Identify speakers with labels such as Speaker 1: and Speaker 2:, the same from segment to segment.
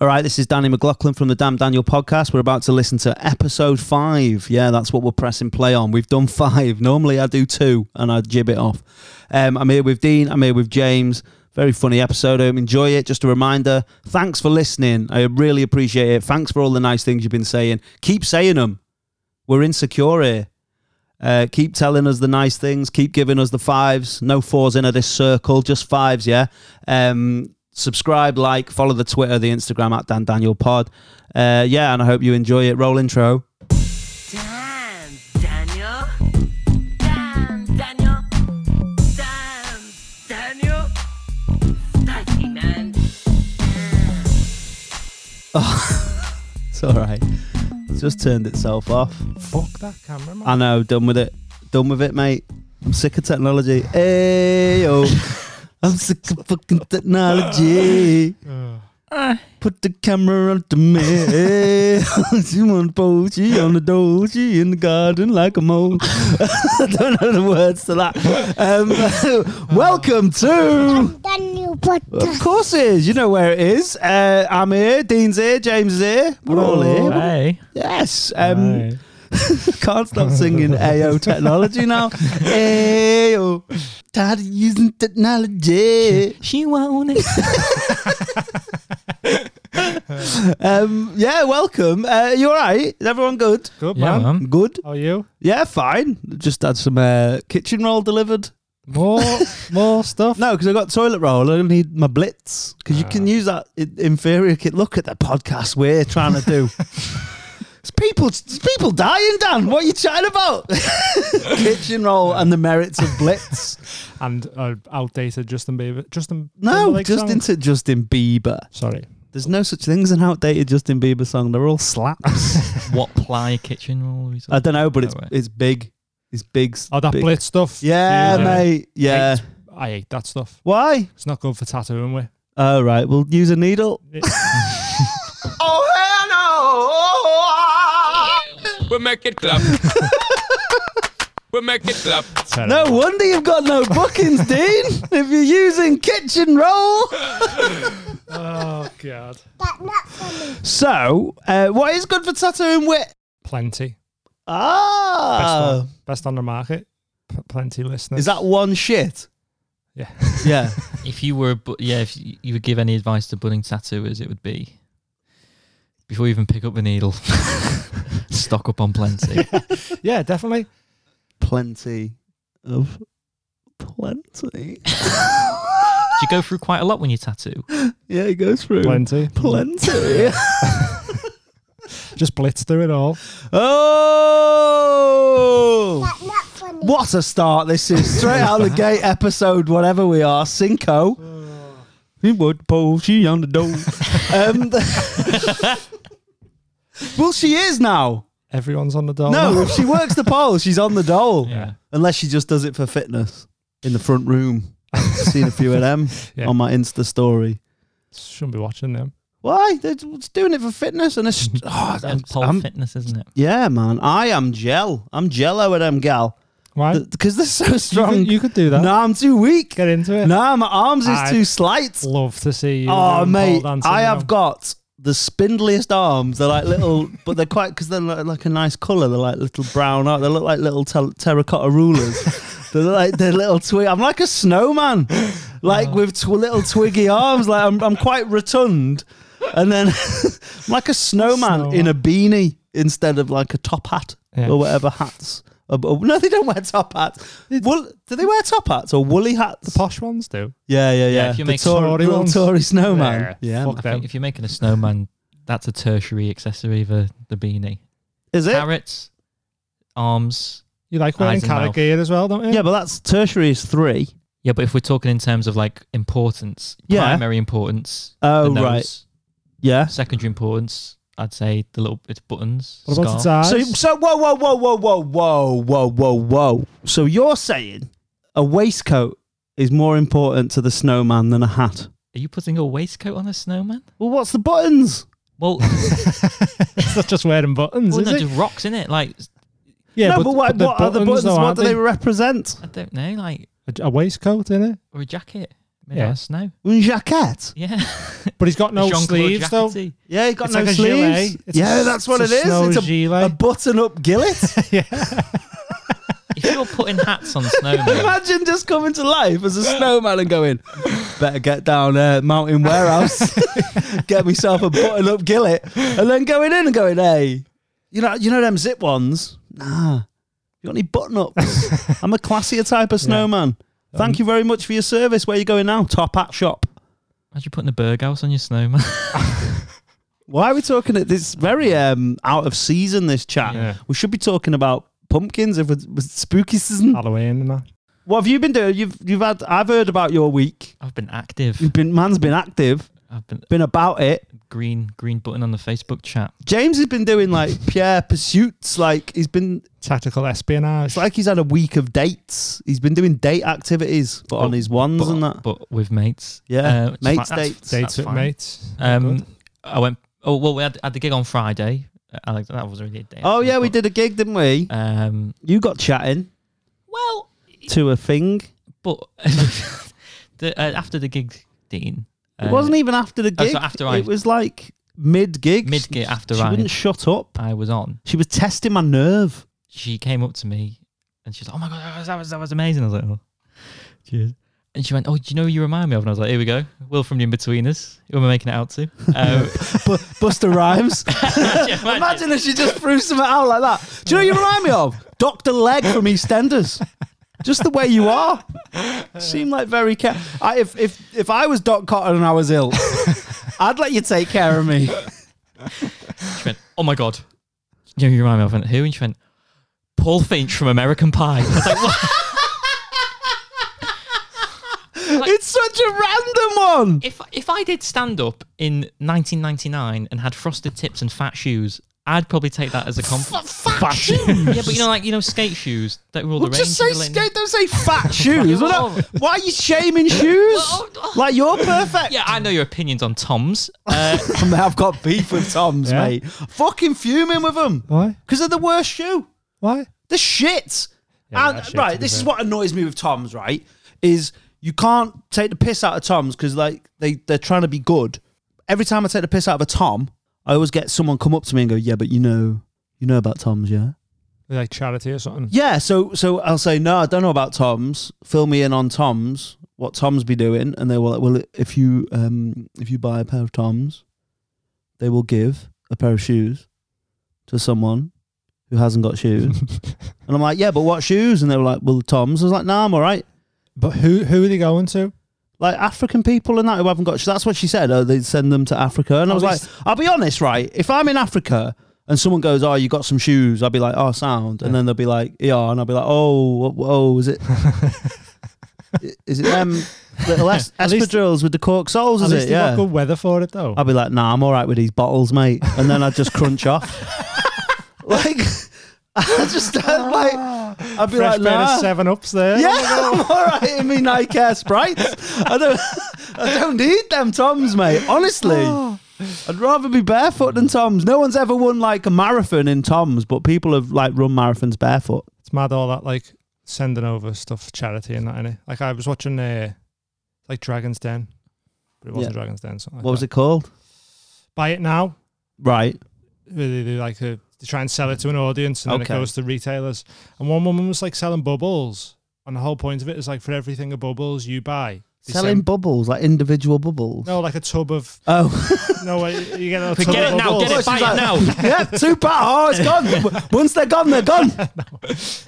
Speaker 1: All right, this is Danny McLaughlin from the Damn Daniel podcast. We're about to listen to episode five. Yeah, that's what we're pressing play on. We've done five. Normally I do two and I jib it off. Um, I'm here with Dean, I'm here with James. Very funny episode. I hope you enjoy it. Just a reminder thanks for listening. I really appreciate it. Thanks for all the nice things you've been saying. Keep saying them. We're insecure here. Uh, keep telling us the nice things. Keep giving us the fives. No fours in of this circle, just fives, yeah? Um, subscribe, like, follow the Twitter, the Instagram at Dan Daniel Pod. Uh, yeah, and I hope you enjoy it. Roll intro.
Speaker 2: Damn, Daniel. Damn, Daniel. Damn, Daniel. Spicy, man.
Speaker 1: It's all right. It's just turned itself off.
Speaker 3: Fuck that camera, man.
Speaker 1: I know, done with it. Done with it, mate. I'm sick of technology. Hey, yo. I'm sick of fucking technology.
Speaker 3: Uh.
Speaker 1: Put the camera on the me. she want poachy on the doji in the garden like a mole. I don't know the words to that. Um, welcome to.
Speaker 4: Daniel Potter.
Speaker 1: Of course it is. You know where it is. Uh, I'm here. Dean's here. James is here. We're all here.
Speaker 3: Hey.
Speaker 1: Yes. Um, Can't stop singing AO technology now. AO. Tired of using technology.
Speaker 3: She won't. it.
Speaker 1: Um, yeah, welcome. Uh, you all right? Is everyone good?
Speaker 3: Good, man.
Speaker 1: Good.
Speaker 3: How are you?
Speaker 1: Yeah, fine. Just had some uh, kitchen roll delivered.
Speaker 3: More, more stuff.
Speaker 1: No, because I got toilet roll. I need my blitz because you can use that i- inferior kit. Look at the podcast we're trying to do. it's people, it's people dying, Dan. What are you chatting about? Kitchen roll and the merits of blitz.
Speaker 3: And uh, outdated Justin Bieber. Justin.
Speaker 1: No,
Speaker 3: Timberlake
Speaker 1: Justin
Speaker 3: song?
Speaker 1: to Justin Bieber.
Speaker 3: Sorry.
Speaker 1: There's no such thing as an outdated Justin Bieber song. They're all slaps.
Speaker 5: what ply kitchen roll is
Speaker 1: I don't know, but it's
Speaker 5: No way.
Speaker 1: it's big. It's big. s-
Speaker 3: Oh, that
Speaker 1: big.
Speaker 3: blitz stuff.
Speaker 1: Yeah,
Speaker 3: Yeah.
Speaker 1: mate. Yeah.
Speaker 3: Hate- I hate that stuff.
Speaker 1: Why?
Speaker 3: It's not good for tattooing with.
Speaker 1: All right. We'll use a needle.
Speaker 6: We make it clap. we make it clap.
Speaker 1: No wonder you've got no bookings, Dean. If you're using kitchen roll.
Speaker 3: Oh god.
Speaker 4: That's not funny.
Speaker 1: So, uh, what is good for tattooing wit?
Speaker 3: Plenty. Best,
Speaker 1: Ah,
Speaker 3: on, best on the market. P- plenty listeners.
Speaker 1: is that one shit?
Speaker 3: Yeah.
Speaker 1: Yeah.
Speaker 5: If you were, a bu- yeah, if you you would give any advice to budding tattooers, it would be before you even pick up the needle, stock up on plenty.
Speaker 3: Yeah, definitely.
Speaker 1: plenty of plenty.
Speaker 5: Do you go through quite a lot when you tattoo?
Speaker 1: yeah, it goes through
Speaker 3: Plenty.
Speaker 1: plenty.
Speaker 3: Just blitz through it all.
Speaker 1: oh.
Speaker 4: That's not funny.
Speaker 1: What a start this is. Straight out the gate episode, whatever we are, Cinco. He would pull she on the door. um, well, she is now.
Speaker 3: Everyone's on the door.
Speaker 1: No, if she works the pole, she's on the dole.
Speaker 5: Yeah.
Speaker 1: Unless she just does it for fitness in the front room. Seen a few of them
Speaker 3: Yeah.
Speaker 1: on my Insta story.
Speaker 3: Shouldn't be watching them.
Speaker 1: Why? They're just doing it for fitness and it's oh,
Speaker 5: That's
Speaker 1: I'm-
Speaker 5: pole
Speaker 1: I'm-
Speaker 5: fitness, isn't it?
Speaker 1: yeah, man. I am gel. I'm jello with them gal
Speaker 3: Why?
Speaker 1: because they're so
Speaker 3: You
Speaker 1: strong.
Speaker 3: could, you could do that.
Speaker 1: no, I'm too weak.
Speaker 3: Get into it.
Speaker 1: No, my arms is
Speaker 3: I-
Speaker 1: too slight.
Speaker 3: Love to see you.
Speaker 1: Oh,
Speaker 3: doing pole
Speaker 1: mate,
Speaker 3: dancing
Speaker 1: I
Speaker 3: now.
Speaker 1: have got the spindliest arms. They're like little, but they're quite because they're like, like a nice color. They're like little brown. ar- They look like little tel- terracotta rulers. they're like they're little twig. I'm like a snowman, like with tw- little twiggy arms. Like I'm, I'm quite rotund, and then I'm like a snowman,
Speaker 3: Snowman.
Speaker 1: in a beanie instead of like a top hat
Speaker 3: Yeah.
Speaker 1: or whatever hats. Uh, but- No, they don't wear top hats. Wool- do they wear top hats or woolly hats?
Speaker 3: posh ones do.
Speaker 1: Yeah, yeah, yeah.
Speaker 5: if you
Speaker 1: the
Speaker 5: make
Speaker 1: Tory,
Speaker 3: Tory
Speaker 1: little
Speaker 3: ones.
Speaker 1: Tory snowman.
Speaker 3: Yeah,
Speaker 1: Yeah,
Speaker 3: fuck
Speaker 1: man.
Speaker 5: I think
Speaker 3: them.
Speaker 5: if you're making a snowman, that's a tertiary accessory for the beanie.
Speaker 1: is it?
Speaker 5: Carrots, arms.
Speaker 3: You like wearing
Speaker 5: Eyes and
Speaker 3: carrot
Speaker 5: mouth.
Speaker 3: gear as well, don't you?
Speaker 1: yeah, but that's tertiary is three.
Speaker 5: Yeah, but if we're talking in terms of like importance,
Speaker 1: Yeah.
Speaker 5: primary importance, the
Speaker 1: Oh
Speaker 5: nose,
Speaker 1: right, yeah.
Speaker 5: secondary importance, I'd say the little it's buttons.
Speaker 3: What about
Speaker 5: scarf.
Speaker 3: its eyes?
Speaker 1: So so whoa whoa whoa whoa whoa whoa whoa whoa whoa. So you're saying a waistcoat is more important to the snowman than a hat?
Speaker 5: Are you putting a waistcoat on a snowman?
Speaker 1: Well, what's the buttons?
Speaker 5: Well,
Speaker 3: it's not just wearing buttons,
Speaker 5: well
Speaker 3: is
Speaker 5: no,
Speaker 3: it?
Speaker 5: just rocks in it. Like
Speaker 3: yeah,
Speaker 1: no, but, what,
Speaker 3: the
Speaker 1: what are the
Speaker 3: buttons,
Speaker 1: buttons?
Speaker 3: though,
Speaker 1: what
Speaker 3: aren't
Speaker 1: do they represent?
Speaker 5: I don't know, like
Speaker 3: A, a waistcoat in it.
Speaker 5: or a jacket. Made
Speaker 3: Yeah.
Speaker 5: out of snow.
Speaker 1: Un jacket.
Speaker 5: Yeah.
Speaker 3: But he's got no
Speaker 5: Jean-Claude
Speaker 3: sleeves though.
Speaker 5: Jacquetie.
Speaker 1: Yeah, you got
Speaker 3: It's
Speaker 1: no
Speaker 3: like a gilet.
Speaker 1: sleeves.
Speaker 3: It's a-
Speaker 1: Yeah, that's what
Speaker 3: it's
Speaker 1: it
Speaker 3: a
Speaker 1: is.
Speaker 3: snow
Speaker 1: It's a,
Speaker 3: gilet.
Speaker 1: a button-up gillet.
Speaker 5: If you're putting hats on snowmen,
Speaker 1: Imagine just coming to life as a snowman and going, better get down uh, mountain warehouse, get myself a button up gillet, and then going in and going, hey, you know, you know them zip ones? Nah, you got any button ups? I'm a classier type of snowman. Thank you very much for your service. Where you going now? Top hat shop.
Speaker 5: imagine putting a burghouse on your snowman.
Speaker 1: Why are we talking at this very um, out of season? This chat.
Speaker 3: Yeah.
Speaker 1: We should be talking about pumpkins if it's it's spooky season.
Speaker 3: Halloween and that.
Speaker 1: What have you been doing? You've you've had. I've heard about your week.
Speaker 5: I've been active.
Speaker 1: You've been man's been active.
Speaker 5: I've been
Speaker 1: been about it.
Speaker 5: green green button on the Facebook chat.
Speaker 1: James has been doing like Pierre pursuits. Like he's been,
Speaker 3: Tactical espionage.
Speaker 1: it's like he's had a week of dates. He's been doing date activities, but on his ones
Speaker 5: But,
Speaker 1: and that.
Speaker 5: but with mates. Uh,
Speaker 1: Yeah,
Speaker 5: it's
Speaker 1: mates
Speaker 5: fine. That's-
Speaker 1: dates.
Speaker 5: that's
Speaker 3: dates with
Speaker 5: fine.
Speaker 3: mates.
Speaker 5: Um,
Speaker 3: Good.
Speaker 5: I went. Oh well, we had, had the gig on Friday. Uh, Alex, that was really a day.
Speaker 1: Oh
Speaker 5: actually,
Speaker 1: yeah, we
Speaker 5: but,
Speaker 1: did a gig, didn't we?
Speaker 5: Um,
Speaker 1: You got chatting
Speaker 5: well,
Speaker 1: to a thing.
Speaker 5: but the, uh, after the gig, Dean.
Speaker 1: It wasn't even after the
Speaker 5: uh, oh, so
Speaker 1: gig.
Speaker 5: after
Speaker 1: it
Speaker 5: I-
Speaker 1: was like mid gig.
Speaker 5: Mid-gig, after
Speaker 1: she
Speaker 5: I-
Speaker 1: wouldn't shut up.
Speaker 5: I was on.
Speaker 1: She was testing my nerve.
Speaker 5: She came up to me and she's like, "Oh my god, that was that was, that was amazing!" I was like, "Oh, cheers." And she went, "Oh, do you know who you remind me of?" And I was like, "Here we go, Will from the In Betweeners. Who am I making it out to?" Um,
Speaker 1: Bu- Buster Rhymes.
Speaker 5: imagine,
Speaker 1: Imagine if she just threw something out like that. Do you know what you remind me of? Dr. Leg from EastEnders. Just the way you are. Seem like very care. I, if, if, if I was Doc Cotton and I was ill, I'd let you take care of me.
Speaker 5: She went, "Oh my god, you know who you remind me of?" And who? And she went, "Paul Finch from American Pie." I was like, "What?"
Speaker 1: It's such a random one.
Speaker 5: if if I did stand up in 1999 and had frosted tips and fat shoes, I'd probably take that as a compliment.
Speaker 1: Fat shoes.
Speaker 5: yeah, but you know, like you know, skate shoes that were all
Speaker 1: Well,
Speaker 5: the
Speaker 1: just say
Speaker 5: rage in the late-
Speaker 1: skate, don't say fat shoes. Why not- why are you shaming shoes?
Speaker 5: Well, oh, oh.
Speaker 1: Like you're perfect.
Speaker 5: Yeah, I know your opinions on Toms. Uh,
Speaker 1: I mean, I've got beef with Tom's,
Speaker 3: Yeah.
Speaker 1: mate. Fucking fuming with them
Speaker 3: Why?
Speaker 1: because they're the worst shoe.
Speaker 3: Why?
Speaker 1: The shit.
Speaker 3: Yeah,
Speaker 1: and
Speaker 3: that shit, to
Speaker 1: right,
Speaker 3: be
Speaker 1: this is
Speaker 3: fair.
Speaker 1: what annoys me with Tom's. Right, is you can't take the piss out of Tom's because like they they're trying to be good. Every time I take the piss out of a Tom, I always get someone come up to me and go, "Yeah, but you know, you know about Tom's, yeah."
Speaker 3: Like charity or something.
Speaker 1: Yeah, so so I'll say no, I don't know about Tom's. Fill me in on Tom's. What Tom's be doing? And they were like, well, if you um if you buy a pair of Tom's, they will give a pair of shoes to someone who hasn't got shoes. and I'm like, yeah, but what shoes? And they were like, well, Tom's. I was like, nah, I'm all right.
Speaker 3: But who who are they going to?
Speaker 1: Like African people and that who haven't got shoes. That's what she said. Oh, they send them to Africa. And I
Speaker 3: At
Speaker 1: was like,
Speaker 3: least-
Speaker 1: I'll be honest, right? If I'm in Africa and someone goes, "Oh, you got some shoes," I'll be like, "Oh, sound," and then they'll be like, "Yeah," and I'll be like, "Oh, wh- oh, is it? is it them little es-
Speaker 3: At least-
Speaker 1: espadrilles with the cork soles?
Speaker 3: At
Speaker 1: Is
Speaker 3: least
Speaker 1: it?
Speaker 3: they got
Speaker 1: Yeah."
Speaker 3: good weather for it though.
Speaker 1: I'll be like, "Nah, I'm all right with these bottles, mate," and then I just crunch off. Like, I just I'm like, I'd be
Speaker 3: Ah. Fresh
Speaker 1: like,
Speaker 3: pair
Speaker 1: "Nah."
Speaker 3: of seven ups there.
Speaker 1: Yeah, I'm all right in me Nike Air Sprites. I don't, I don't need them Toms, mate. Honestly,
Speaker 3: Ah.
Speaker 1: I'd rather be barefoot than Toms. No one's ever won like a marathon in Toms, but people have like run marathons barefoot.
Speaker 3: It's mad all that like sending over stuff for charity and that innit? Like I was watching uh like Dragon's Den. But it wasn't Dragon's Den, something like
Speaker 1: What was it
Speaker 3: that.
Speaker 1: called?
Speaker 3: Buy it now.
Speaker 1: Right.
Speaker 3: Where They do like a, they try and sell it to an audience and
Speaker 1: Okay.
Speaker 3: then it goes to retailers. And one woman was like selling bubbles. And the whole point of it is like for everything of bubbles you buy. they
Speaker 1: Selling
Speaker 3: send-
Speaker 1: bubbles, like individual bubbles.
Speaker 3: No, like a tub of
Speaker 1: Oh,
Speaker 3: no. like, You get a little
Speaker 5: But
Speaker 3: tub
Speaker 5: get
Speaker 3: of
Speaker 5: it now,
Speaker 3: bubbles.
Speaker 5: get it, buy it now.
Speaker 1: yeah, two pack. Oh, it's gone. W- Once they're gone, they're gone.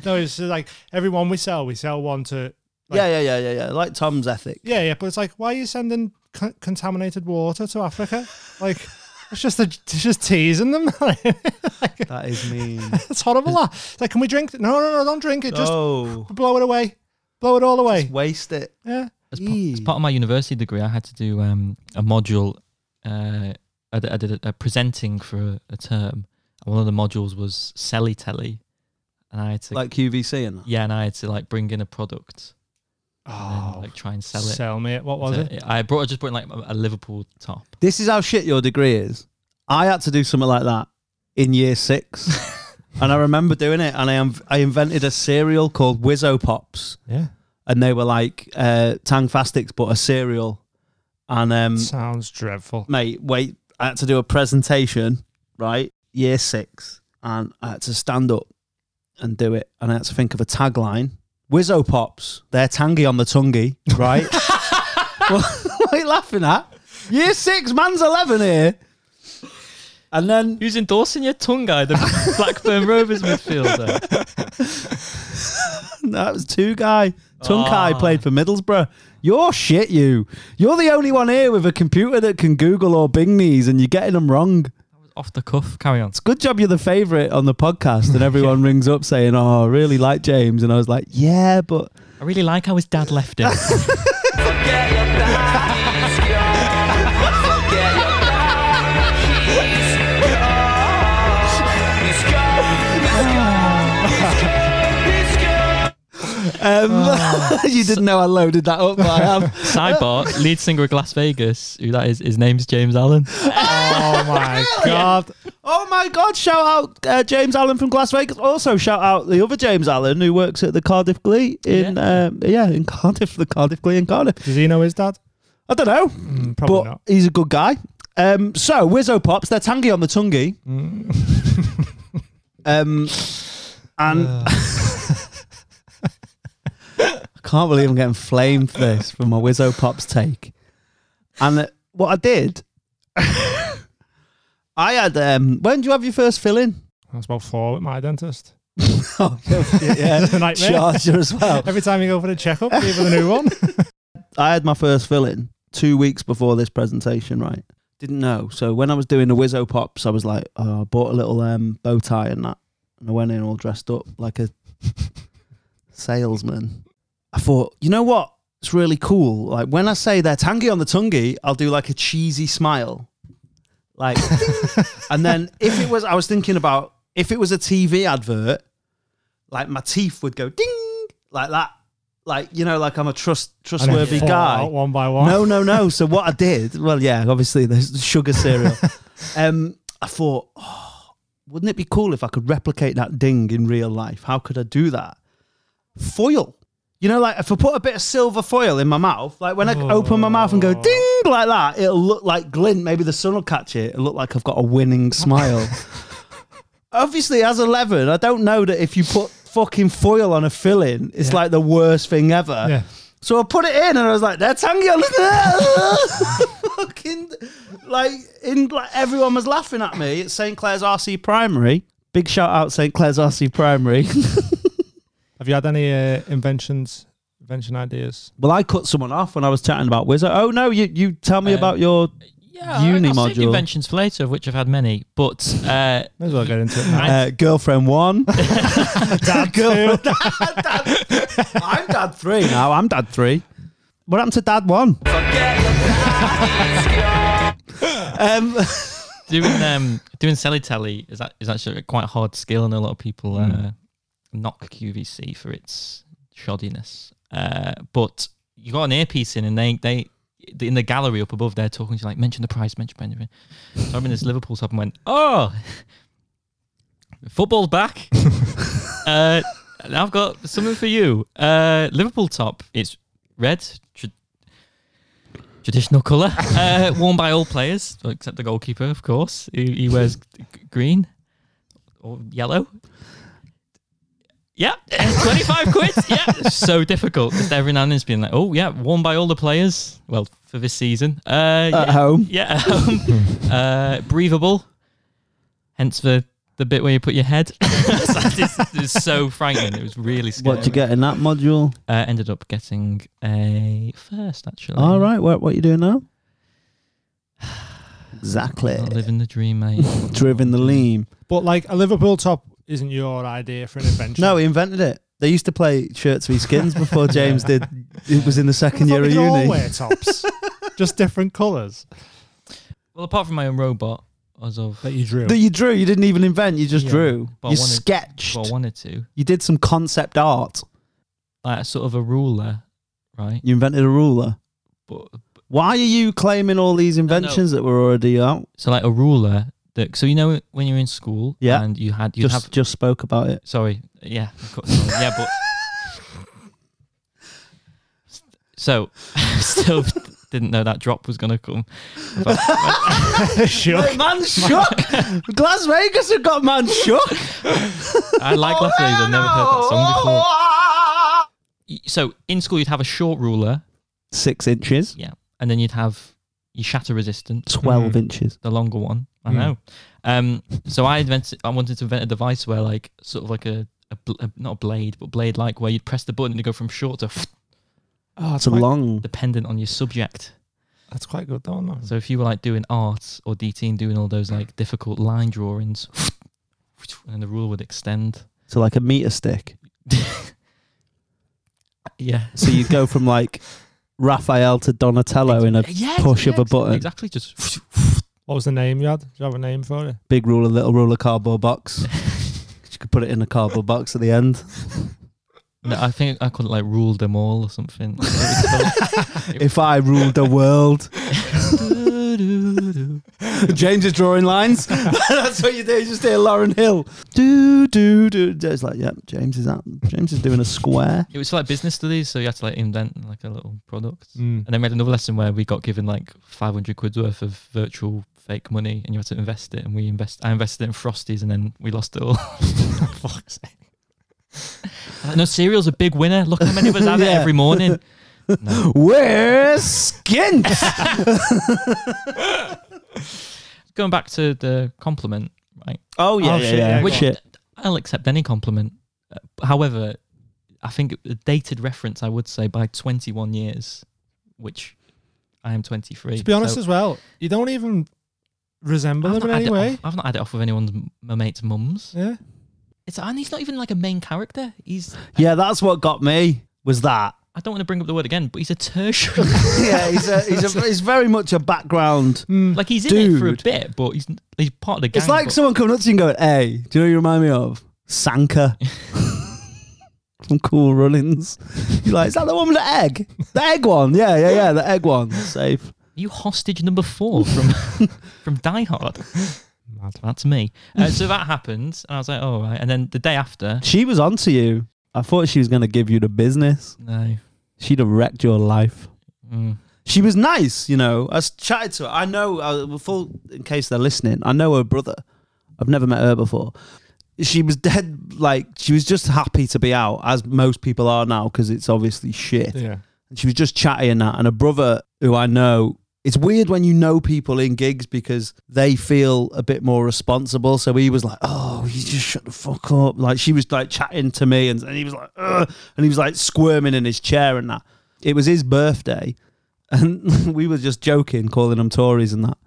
Speaker 3: No, it's just like every one we sell, we sell one to. Like-
Speaker 1: yeah, yeah, yeah, yeah, yeah. Like Tom's ethic.
Speaker 3: Yeah, yeah, but it's like, why are you sending con- contaminated water to Africa? Like, it's just a, it's just teasing them. like,
Speaker 1: That is mean.
Speaker 3: it's horrible. That. It's like, can we drink? th- No, no, no, don't drink it. Just
Speaker 1: oh,
Speaker 3: blow it away, blow it all away.
Speaker 1: waste it.
Speaker 3: Yeah,
Speaker 5: as, pa- as part of my university degree, I had to do um, a module. Uh, I did, I did a, a presenting for a, a term, and one of the modules was Selly Telly, and I had to
Speaker 1: Like QVC and that.
Speaker 5: yeah, and I had to like bring in a product and
Speaker 3: Oh,
Speaker 5: like try and sell
Speaker 3: sell,
Speaker 5: it.
Speaker 3: me it. What was
Speaker 5: So
Speaker 3: it?
Speaker 5: I brought I just brought in, like a, a Liverpool top.
Speaker 1: this is how shit your degree is. I had to do something like that in year six, and I remember doing it. And I am I invented a cereal called Wizzo Pops,
Speaker 3: Yeah,
Speaker 1: and they were like uh, Tang Fastics, but a cereal. And um,
Speaker 3: Sounds dreadful.
Speaker 1: mate, wait, I had to do a presentation, right? Year six, and I had to stand up and do it, and I had to think of a tagline. Wizzo pops, they're tangy on the tonguey, right? what, what are you laughing at? Year six, man's eleven here, and then
Speaker 5: Who's endorsing your tongue guy, the Blackburn Rovers midfielder?
Speaker 1: that was two guy. Tunkai
Speaker 5: Ah.
Speaker 1: played for Middlesbrough. You're shit, you. You're the only one here with a computer that can Google or Bing these, and you're getting them wrong.
Speaker 5: Off the cuff, carry on.
Speaker 1: good job you're the favorite on the podcast and everyone rings up saying oh I really like james and i was like yeah but
Speaker 5: I really like how his dad left him.
Speaker 1: um, you didn't know i loaded that up but i have
Speaker 5: Sidebar, lead singer of Las Vegas, who that is, his name's James Allen.
Speaker 3: Oh my god.
Speaker 1: oh my god shout out uh, james allen from glass vegas also shout out the other james allen who works at the cardiff glee in yeah, um, yeah in cardiff the cardiff glee in cardiff
Speaker 3: Does he know his dad?
Speaker 1: i don't know
Speaker 3: Mm, probably
Speaker 1: but
Speaker 3: not.
Speaker 1: he's a good guy um, so Wizzo pops, they're tangy on the tonguey,
Speaker 3: Mm.
Speaker 1: um, and I can't believe I'm getting flamed for this for my Wizzo Pops take. And uh, what I did, I had. Um, when do you have your first fill in?
Speaker 3: I was about four with my dentist.
Speaker 1: Oh, yeah,
Speaker 3: a nightmare.
Speaker 1: charger as well.
Speaker 3: Every time you go for the checkup, give her the new one.
Speaker 1: I had my first fill in two weeks before this presentation, right? Didn't know. So when I was doing the Wizzo Pops, I was like, oh, I bought a little um, bow tie and that. And I went in all dressed up like a salesman. I thought, you know what? It's really cool. Like when I say they're tangy on the tonguey, I'll do like a cheesy smile. Like, and then if it was, I was thinking about if it was a TV advert, like my teeth would go ding like that. Like, you know, like I'm a trust
Speaker 3: And then
Speaker 1: trustworthy
Speaker 3: fall
Speaker 1: guy.
Speaker 3: out one by one.
Speaker 1: No, no, no. So what I did, well, yeah, obviously there's the sugar cereal. um, I thought, oh, wouldn't it be cool if I could replicate that ding in real life? How could I do that? Foil. You know, like if I put a bit of silver foil in my mouth, like when I open my mouth and go ding like that, it'll look like glint. Maybe the sun will catch it. It'll look like I've got a winning smile. Obviously, as 11, I don't know that if you put fucking foil on a filling, it's like the worst thing ever.
Speaker 3: Yeah.
Speaker 1: So I put it in, and I was like, "That's hangy on the fucking like in like everyone was laughing at me at St Clair's RC Primary. Big shout out St Clair's RC Primary.
Speaker 3: Have you had any uh, inventions, invention ideas?
Speaker 1: well, I cut someone off when I was chatting about Wizard. Oh no, you you tell me
Speaker 5: Um,
Speaker 1: about your
Speaker 5: Yeah,
Speaker 1: Uni
Speaker 5: I I've saved
Speaker 1: module.
Speaker 5: inventions for later, of which I've had many. But uh,
Speaker 3: May as well get into it now.
Speaker 1: uh, girlfriend one, dad girlfriend. Dad- I'm dad three now. I'm dad three. What happened to dad one? um,
Speaker 5: doing um, doing Celitelli is that is actually a quite hard skill, and a lot of people
Speaker 1: Hmm.
Speaker 5: uh, knock QVC for its shoddiness. Uh, but you got an earpiece in, and they they in the gallery up above, they're talking to you like mention the price, mention Benjamin. So I'm in this Liverpool shop and went, oh, football's back. uh, and I've got something for you. Uh, Liverpool top. It's red. Tra- Traditional colour, uh, worn by all players except the goalkeeper, of course. He, he wears g- g- green or yellow. Yeah, twenty-five quid. Yeah, so difficult. Just every now and then, it's been like, oh yeah, worn by all the players. Well, for this season, uh,
Speaker 1: at
Speaker 5: yeah.
Speaker 1: home.
Speaker 5: Yeah, at home. uh, breathable. Hence the the bit where you put your head. it's so frightening. It was really scary.
Speaker 1: What'd you get in that module?
Speaker 5: Uh, ended up getting a first, actually.
Speaker 1: All right, what what you doing now? Exactly.
Speaker 5: Oh, living the dream, mate.
Speaker 1: Driven the lean.
Speaker 3: But like a Liverpool top isn't your idea for an invention.
Speaker 1: No, he invented it. They used to play shirts with skins before James did. It was in the second year
Speaker 3: Thought
Speaker 1: of
Speaker 3: we could all
Speaker 1: uni.
Speaker 3: wear tops, just different colours
Speaker 5: Well, apart from my own robot, as of
Speaker 3: that you drew.
Speaker 1: That you drew. You didn't even invent. You just
Speaker 5: Yeah,
Speaker 1: drew.
Speaker 5: but I
Speaker 1: You
Speaker 5: wanted-
Speaker 1: sketched.
Speaker 5: well, I wanted to,
Speaker 1: You did some concept art.
Speaker 5: like sort of a ruler, right?
Speaker 1: You invented a ruler.
Speaker 5: But
Speaker 1: Why are you claiming all these inventions that were already out?
Speaker 5: so like a ruler that. So you know when you're in school,
Speaker 1: Yeah.
Speaker 5: and you had you
Speaker 1: Just
Speaker 5: have.
Speaker 1: just spoke about it.
Speaker 5: Sorry, yeah, of course, sorry, yeah, but So, still didn't know that drop was going to come.
Speaker 3: sure.
Speaker 1: Hey, man shook. Las Vegas have got man shook.
Speaker 5: I like Las Vegas. I've never heard that song before. Y- So, in school, you'd have a short ruler,
Speaker 1: Six inches,
Speaker 5: yeah, and then you'd have your shatter resistant,
Speaker 1: twelve inches.
Speaker 5: the longer one. I know. Um, so I invented. I wanted to invent a device where, like, sort of like a, a, bl- a not a blade, but blade like, where you'd press the button and it'd go from short to
Speaker 3: Oh,
Speaker 1: That's a
Speaker 3: quite,
Speaker 1: long.
Speaker 5: dependent on your subject.
Speaker 3: That's quite good, though. No?
Speaker 5: So if you were like doing art or DT and doing all those like difficult line drawings, and the ruler would extend.
Speaker 1: So like a meter stick.
Speaker 5: Yeah.
Speaker 1: So you go from like Raphael to Donatello in a
Speaker 5: Yeah,
Speaker 1: push of
Speaker 5: yeah,
Speaker 1: a button.
Speaker 5: Exactly. Just
Speaker 3: What was the name you had? Did you have a name for it?
Speaker 1: Big ruler, little ruler, cardboard box. you could put it in a cardboard box at the end.
Speaker 5: no, I think I could like rule them all or something. It
Speaker 1: If I ruled the world.
Speaker 5: was called- Do-do-do.
Speaker 1: James is drawing lines. That's what you do. You just hear Lauren Hill. Do do do. It's like, yeah, James is up. James is doing a square.
Speaker 5: It was like business studies, so you had to like invent like a little product.
Speaker 3: Mm.
Speaker 5: And then we had another lesson where we got given like 500 quid's worth of virtual fake money, and you had to invest it. And we invest, I invested it in Frosties, and then we lost it all. Fuck's sake. no, cereal's a big winner. Look how many of us have it
Speaker 1: Yeah.
Speaker 5: every morning. No.
Speaker 1: We're skint.
Speaker 5: Going back to the compliment, right?
Speaker 1: oh
Speaker 3: yeah, yeah, yeah.
Speaker 1: Which
Speaker 5: Which
Speaker 1: shit.
Speaker 5: I'll accept any compliment. Uh, However, I think a dated reference, I would say, by 21 years, which I am 23.
Speaker 3: To be honest
Speaker 5: so
Speaker 3: as well, you don't even resemble
Speaker 5: I've
Speaker 3: him
Speaker 5: not,
Speaker 3: in
Speaker 5: had
Speaker 3: any
Speaker 5: it
Speaker 3: way.
Speaker 5: off, I've not had it off with anyone's m- my mate's mums.
Speaker 3: Yeah.
Speaker 5: It's and he's not even like a main character. He's
Speaker 1: Yeah, that's what got me. Was that?
Speaker 5: I don't want to bring up the word again, but he's a tertiary.
Speaker 1: yeah, he's a, he's a, he's very much a background.
Speaker 5: like he's in it for a
Speaker 1: Dude.
Speaker 5: bit, but he's n- he's part of the gang.
Speaker 1: It's like
Speaker 5: but-
Speaker 1: someone coming up to you and going, "Hey, do you know who you remind me of Sanka from Cool Runnings?" You're like, "Is that the one with the egg? The egg one? Yeah, yeah, yeah, the egg one. Safe."
Speaker 5: you hostage number four from from Die Hard. That's me. Uh, so that happened, and I was like, all right. And then the day after,
Speaker 1: She was onto you. I thought she was going to give you the business.
Speaker 5: no,
Speaker 1: She'd have wrecked your life.
Speaker 5: Mm.
Speaker 1: She was nice, you know. I s- chatted to her. I know, uh, before, in case they're listening, I know her brother. I've never met her before. She was dead, like, she was just happy to be out, as most people are now, because it's obviously shit.
Speaker 3: Yeah.
Speaker 1: And she was just chatty and that. And a brother who I know, it's weird when you know people in gigs because they feel a bit more responsible. So he was like, "Oh, you just shut the fuck up!" Like she was like chatting to me, and, and he was like, Ugh, and he was like squirming in his chair and that. It was his birthday, and we were just joking, calling him Tories and that.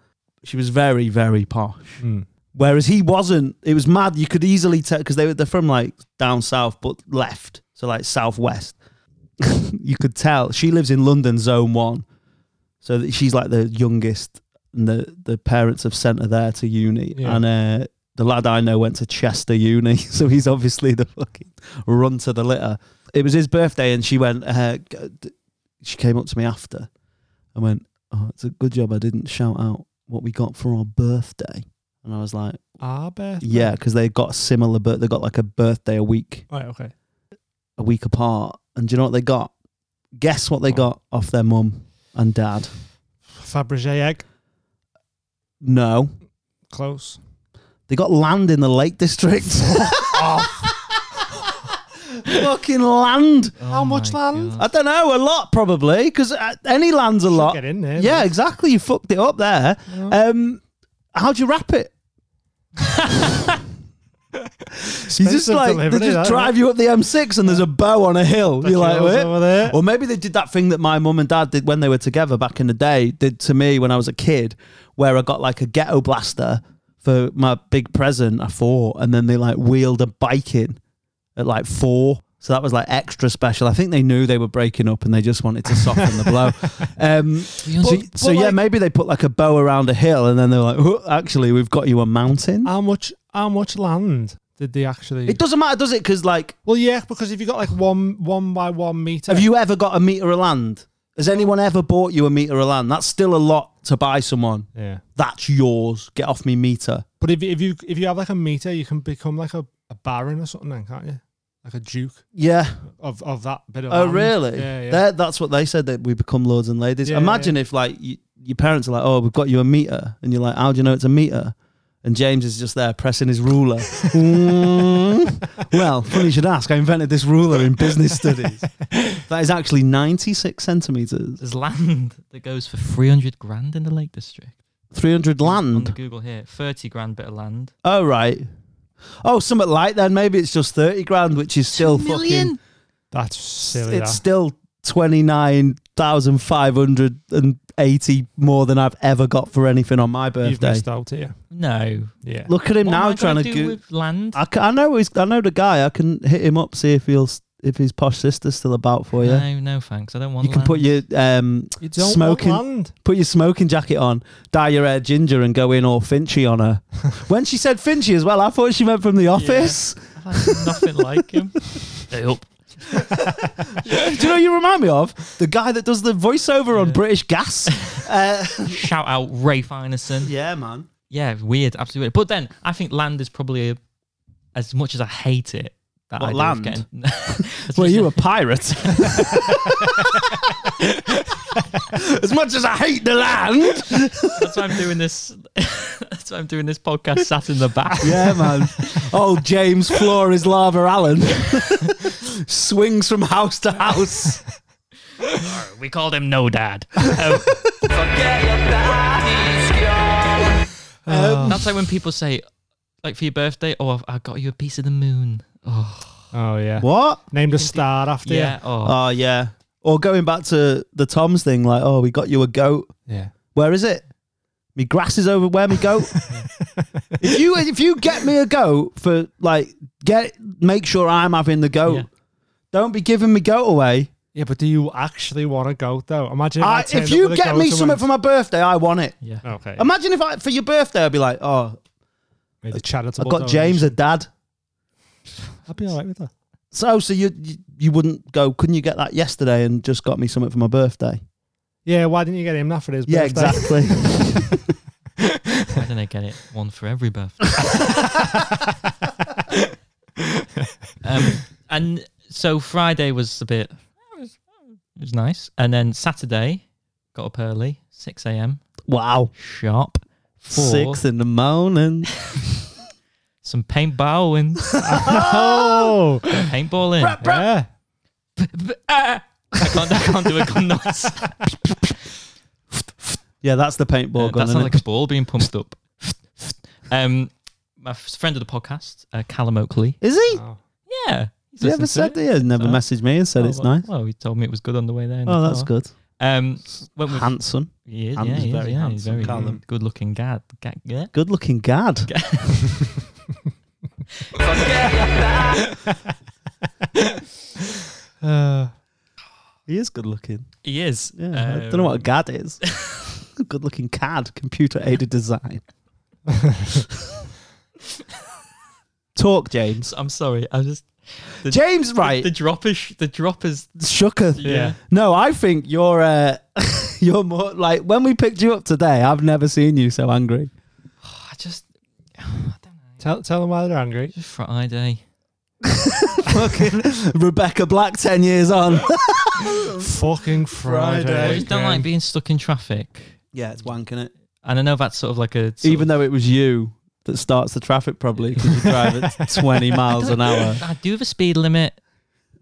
Speaker 1: She was very, very posh.
Speaker 3: Mm.
Speaker 1: Whereas he wasn't. It was mad. You could easily tell because they were they're from like down south, but left, so like southwest. you could tell she lives in London, Zone One, so that she's like the youngest, and the the parents have sent her there to uni.
Speaker 3: Yeah.
Speaker 1: And uh, the lad I know went to Chester Uni, so he's obviously the fucking run to the litter. It was his birthday, and she went. Uh, g- d- she came up to me after, and went, "Oh, it's a good job I didn't shout out what we got for our birthday." And I was like.
Speaker 3: Ah, Beth.
Speaker 1: Yeah, because they got similar, but they got like a birthday a week,
Speaker 3: Right. Okay.
Speaker 1: a week apart. And do you know what they got? Guess what they got off their mum and dad?
Speaker 3: Fabergé egg.
Speaker 1: No,
Speaker 3: Close.
Speaker 1: they got land in the Lake District. Fucking land. Uh,
Speaker 5: Oh
Speaker 3: much
Speaker 5: my
Speaker 3: land?
Speaker 5: God.
Speaker 1: I don't know, a lot probably, because any land's a lot.
Speaker 3: Get in there.
Speaker 1: Yeah,
Speaker 3: mate.
Speaker 1: exactly. You fucked it up there. Um, how'd you wrap it? you just
Speaker 3: Expensive
Speaker 1: like
Speaker 3: delivery,
Speaker 1: they just
Speaker 3: that,
Speaker 1: drive you up the M6 and there's a bow on a hill. You're like,
Speaker 3: Hills
Speaker 1: "What?"
Speaker 3: over there.
Speaker 1: Or maybe they did that thing that my mum and dad did when they were together back in the day, did to me when I was a kid, where I got like a ghetto blaster for my big present, I thought, and then they like wheeled a bike in at like four. So that was like extra special. I think they knew they were breaking up and they just wanted to soften the blow. Um, so
Speaker 5: But-
Speaker 1: so
Speaker 3: but,
Speaker 1: yeah,
Speaker 3: like-
Speaker 1: maybe they put like a bow around a hill and then they're like, "Oh, actually, we've got you a mountain.
Speaker 3: How much? How much land did they actually?
Speaker 1: Uh, It doesn't matter, does it? Because like,
Speaker 3: well, yeah, because if you got like one one by one meter,
Speaker 1: have you ever got a meter of land? Has anyone ever bought you a meter of land? That's still a lot to buy someone.
Speaker 3: Yeah.
Speaker 1: That's yours. Get off me meter.
Speaker 3: But if if you if you have like a meter, you can become like a, a baron or something, then, can't you? like a duke
Speaker 1: Yeah.
Speaker 3: of, of that bit of
Speaker 1: Oh,
Speaker 3: land.
Speaker 1: really?
Speaker 3: Yeah, yeah.
Speaker 1: That, that's what they said that we become lords and ladies.
Speaker 3: Yeah,
Speaker 1: Imagine if like you, your parents are like, "Oh, we've got you a meter," and you're like, "How do you know it's a meter?" And James is just there pressing his ruler. Mm. Well, funny you should ask. I invented this ruler in business studies. That is actually 96 centimeters,
Speaker 5: There's land that goes for 300 grand in the Lake District.
Speaker 1: 300
Speaker 5: On the
Speaker 1: land.
Speaker 5: Google here, 30 grand bit of land.
Speaker 1: Oh, right. Oh, something like that. Maybe it's just 30 grand, which is still fucking.
Speaker 3: That's silly.
Speaker 1: It's
Speaker 3: that.
Speaker 1: still 29,580 more than I've ever got for anything on my
Speaker 3: You've
Speaker 1: birthday.
Speaker 3: missed out here.
Speaker 5: No.
Speaker 3: Yeah.
Speaker 1: Look at him
Speaker 5: What am
Speaker 1: now
Speaker 5: I
Speaker 1: trying
Speaker 5: gonna
Speaker 1: to
Speaker 5: do
Speaker 1: go-
Speaker 5: with land.
Speaker 1: I, ca- I know he's, I know the guy. I can hit him up see if he'll s- if his posh sister's still about for you.
Speaker 5: No, no thanks. I don't want.
Speaker 1: Oh, you can
Speaker 5: land.
Speaker 1: put your um
Speaker 3: You
Speaker 1: don't want Smoking-
Speaker 3: land.
Speaker 1: put your smoking jacket on, dye your hair ginger, and go in all Finchy on her. when she said Finchy as well, I thought she meant from The Office.
Speaker 5: I like nothing like him. Nope.
Speaker 1: do you know who you remind me of the guy that does the voiceover on
Speaker 5: Yeah.
Speaker 1: British Gas? uh,
Speaker 5: Shout out Ray Finerson.
Speaker 1: yeah, man.
Speaker 5: Yeah, weird, absolutely weird. But then I think land is probably a, as much as I hate it. That
Speaker 1: What,
Speaker 5: idea
Speaker 1: land?
Speaker 5: Of getting, As
Speaker 1: Well,
Speaker 5: much
Speaker 1: you
Speaker 5: as-
Speaker 1: a pirate. as much as I hate the land.
Speaker 5: that's why I'm doing this. that's why I'm doing this podcast sat in the back.
Speaker 1: Yeah, man. Old James Floor is Lava Allen. Swings from house to house.
Speaker 5: We called him No Dad. Um,
Speaker 1: Oh.
Speaker 5: that's like when people say, like for your birthday, oh, I've, I got you a piece of the moon. Oh,
Speaker 3: Oh yeah.
Speaker 1: What?
Speaker 3: Named a star after
Speaker 5: yeah. Oh,
Speaker 1: Oh, yeah. Or going back to the Tom's thing, like, oh, we got you a goat.
Speaker 3: you. Yeah.
Speaker 1: Where is it? Me grass is over where me goat. if you if you get me a goat for like get make sure I'm having the goat.
Speaker 5: Yeah.
Speaker 1: Don't be giving me goat away.
Speaker 3: Yeah, but do you actually want to go though? Imagine if, I
Speaker 1: I,
Speaker 3: turned
Speaker 1: if
Speaker 3: up
Speaker 1: you
Speaker 3: with a
Speaker 1: get
Speaker 3: goat
Speaker 1: me
Speaker 3: and
Speaker 1: something
Speaker 3: went-
Speaker 1: for my birthday, I want it.
Speaker 5: yeah.
Speaker 3: Okay.
Speaker 1: Imagine if I for your birthday I'd be like, oh,
Speaker 3: Made a
Speaker 1: I
Speaker 3: charitable
Speaker 1: got James a
Speaker 3: donation.
Speaker 1: dad.
Speaker 3: I'd be all right with that.
Speaker 1: So, so you you- you wouldn't go? Couldn't you get that yesterday and just got me something for my birthday?
Speaker 3: Yeah. Why didn't you get him that for his
Speaker 1: Yeah,
Speaker 3: birthday?
Speaker 1: exactly.
Speaker 5: Why didn't I get it? One for every birthday. um, and so Friday was a bit. It was nice, and then Saturday got up early, six a.m.
Speaker 1: wow,
Speaker 5: sharp. For
Speaker 1: six in the morning.
Speaker 5: some paintballing,
Speaker 3: Oh.
Speaker 5: paintballing.
Speaker 3: yeah.
Speaker 5: I can't, I can't do a gun noise.
Speaker 1: Yeah, that's the paintball
Speaker 5: Uh,
Speaker 1: gun.
Speaker 5: that sounds
Speaker 1: innit?
Speaker 5: like a ball being pumped up. um, my f- friend of the podcast, uh, Callum Oakley.
Speaker 1: Is he?
Speaker 3: Oh.
Speaker 5: Yeah, he's
Speaker 1: Has he ever
Speaker 5: listened to
Speaker 1: said
Speaker 5: it.
Speaker 1: that? He has never
Speaker 5: So-
Speaker 1: messaged me and said
Speaker 5: Oh,
Speaker 1: it's
Speaker 5: well-
Speaker 1: nice.
Speaker 5: Well, he told me it was good on the way there. in the
Speaker 1: Oh, that's
Speaker 5: car.
Speaker 1: good.
Speaker 5: Um, went with
Speaker 1: Handsome,
Speaker 5: He is,
Speaker 1: And
Speaker 5: yeah,
Speaker 1: he's
Speaker 5: he is,
Speaker 1: very
Speaker 5: yeah, he's
Speaker 1: handsome,
Speaker 5: very
Speaker 1: Callum.
Speaker 5: good looking gad. Ga- yeah.
Speaker 1: good-looking gad.
Speaker 3: Uh,
Speaker 1: He is good-looking.
Speaker 5: He is.
Speaker 1: Yeah, I don't know what a gad is. good-looking cad, computer-aided design. Talk, James.
Speaker 5: Um, I'm sorry. I just The-
Speaker 1: James, right?
Speaker 5: the drop is sh- the drop is
Speaker 1: Shooketh.
Speaker 5: yeah.
Speaker 1: No, I think you're uh, you're more like when we picked you up today. I've never seen you so angry.
Speaker 5: I just
Speaker 3: Tell tell them why they're angry.
Speaker 5: just eh? Friday.
Speaker 1: Fucking Rebecca Black, ten years on.
Speaker 3: Fucking Friday.
Speaker 1: Friday.
Speaker 5: I just don't like being stuck in traffic.
Speaker 1: yeah, it's wanking it.
Speaker 5: And I know that's sort of like a
Speaker 1: Even though it was you that starts the traffic, probably because you drive at twenty miles an hour.
Speaker 5: I do have a speed limit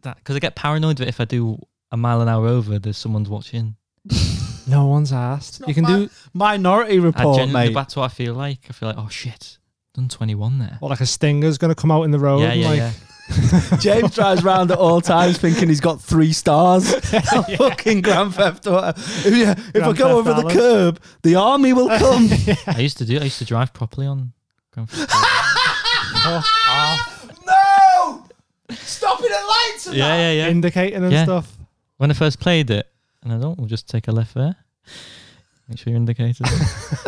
Speaker 5: that because I get paranoid that if I do a mile an hour over, there's someone's watching.
Speaker 3: No one's asked. You can do
Speaker 1: Minority
Speaker 5: I
Speaker 1: Report,
Speaker 5: genuinely
Speaker 1: Oh, mate.
Speaker 5: that's what I feel like. I feel like oh shit, done 21 there.
Speaker 3: what, like a stinger's going to come out in the
Speaker 1: Oh
Speaker 3: road.
Speaker 5: yeah,
Speaker 3: and,
Speaker 5: yeah,
Speaker 3: like,
Speaker 5: yeah.
Speaker 1: James drives round at all times thinking he's got three stars. Fucking Grand Theft Auto. If, yeah, if I
Speaker 3: Grand
Speaker 1: go
Speaker 3: Theft
Speaker 1: over the
Speaker 3: Allen.
Speaker 1: curb, the army will come.
Speaker 5: I used to do. I used to drive properly on. Grand Theft Auto.
Speaker 1: no! Stop it at lights.
Speaker 5: yeah, yeah, yeah.
Speaker 3: indicating and
Speaker 5: Yeah.
Speaker 3: stuff.
Speaker 5: when I first played it, and I don't, we'll just take a left there. Make sure you're indicated.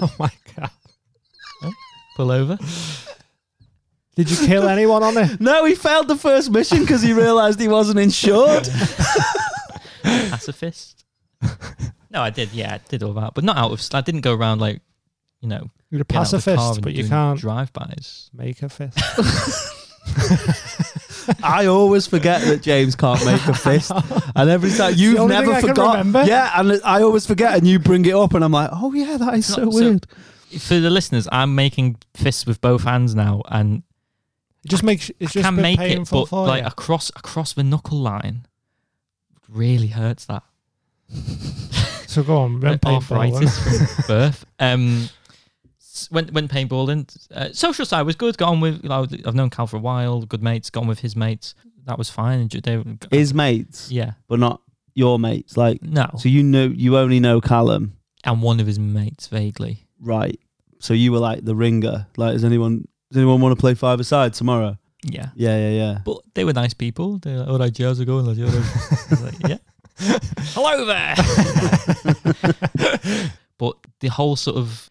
Speaker 3: Oh my god!
Speaker 5: Pull over.
Speaker 3: Did you kill anyone on it?
Speaker 1: No, he failed the first mission because he realised he wasn't insured.
Speaker 5: Pacifist. no, I did. Yeah, I did all that, but not out of. s- I didn't go around like, you know,
Speaker 3: You're a
Speaker 5: get out of the car
Speaker 3: pacifist,
Speaker 5: and
Speaker 3: but you
Speaker 5: doing
Speaker 3: can't
Speaker 5: drive bys.
Speaker 3: make a fist.
Speaker 1: I always forget that James can't make a fist, and every time
Speaker 3: the
Speaker 1: you've
Speaker 3: only
Speaker 1: never
Speaker 3: thing I can
Speaker 1: forgot.
Speaker 3: remember.
Speaker 1: Yeah, and I always forget, and you bring it up, and I'm like, oh yeah, that is
Speaker 5: It's
Speaker 1: so
Speaker 5: not- so-
Speaker 1: weird.
Speaker 5: For the listeners, I'm making fists with both hands now, and
Speaker 3: It just makes it's
Speaker 5: I
Speaker 3: just
Speaker 5: can
Speaker 3: been
Speaker 5: make it,
Speaker 3: painful
Speaker 5: but
Speaker 3: for
Speaker 5: like
Speaker 3: you.
Speaker 5: across across the knuckle line, really hurts that.
Speaker 3: So go on,
Speaker 5: Bit
Speaker 3: rent painful.
Speaker 5: arthritis from birth. Um, s- went went paintballing. Uh, social side was good. Got on with. You know, I've known Cal for a while. Good mates. Got on with his mates. That was fine. and ju- They, were-
Speaker 1: His mates,
Speaker 5: yeah.
Speaker 1: but not your mates. Like,
Speaker 5: No.
Speaker 1: so you know, you only know Callum,
Speaker 5: And one of his mates vaguely.
Speaker 1: right? So you were like the ringer. Like, does anyone does anyone want to play five aside tomorrow?
Speaker 5: Yeah.
Speaker 1: Yeah, yeah, yeah.
Speaker 5: But they were nice people. They were like, all right, how's it going? Like, "Yeah, all right." I was like, yeah. Hello there. but the whole sort of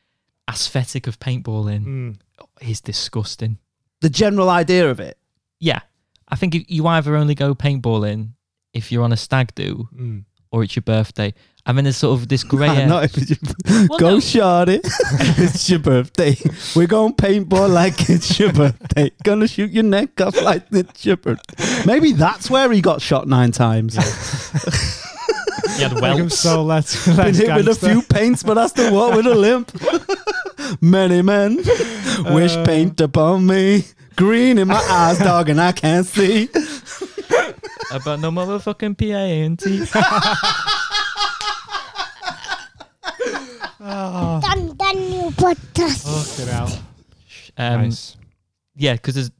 Speaker 5: aesthetic of paintballing
Speaker 3: Mm.
Speaker 5: is disgusting.
Speaker 1: The general idea of it.
Speaker 5: yeah, I think if you either only go paintballing if you're on a stag do
Speaker 3: Mm.
Speaker 5: or it's your birthday. And then there's sort of this grey area.
Speaker 1: Not if it's your,
Speaker 5: Well,
Speaker 1: go
Speaker 5: no.
Speaker 1: shawty. it's your birthday. We're going paintball like it's your birthday. Gonna shoot your neck off like it's your birthday. Maybe that's where he got shot nine times.
Speaker 5: yeah, the
Speaker 3: Make him so let's,
Speaker 1: Been
Speaker 3: let
Speaker 1: hit with a few paints, but I still walk with a limp. Many men wish
Speaker 3: Uh.
Speaker 1: paint upon me. Green in my eyes, dog, and I can't see.
Speaker 5: About no motherfucking P-A-N-T.
Speaker 4: Dan Daniel podcast.
Speaker 3: Fucking hell.
Speaker 5: Um,
Speaker 3: nice.
Speaker 5: Yeah, because there's...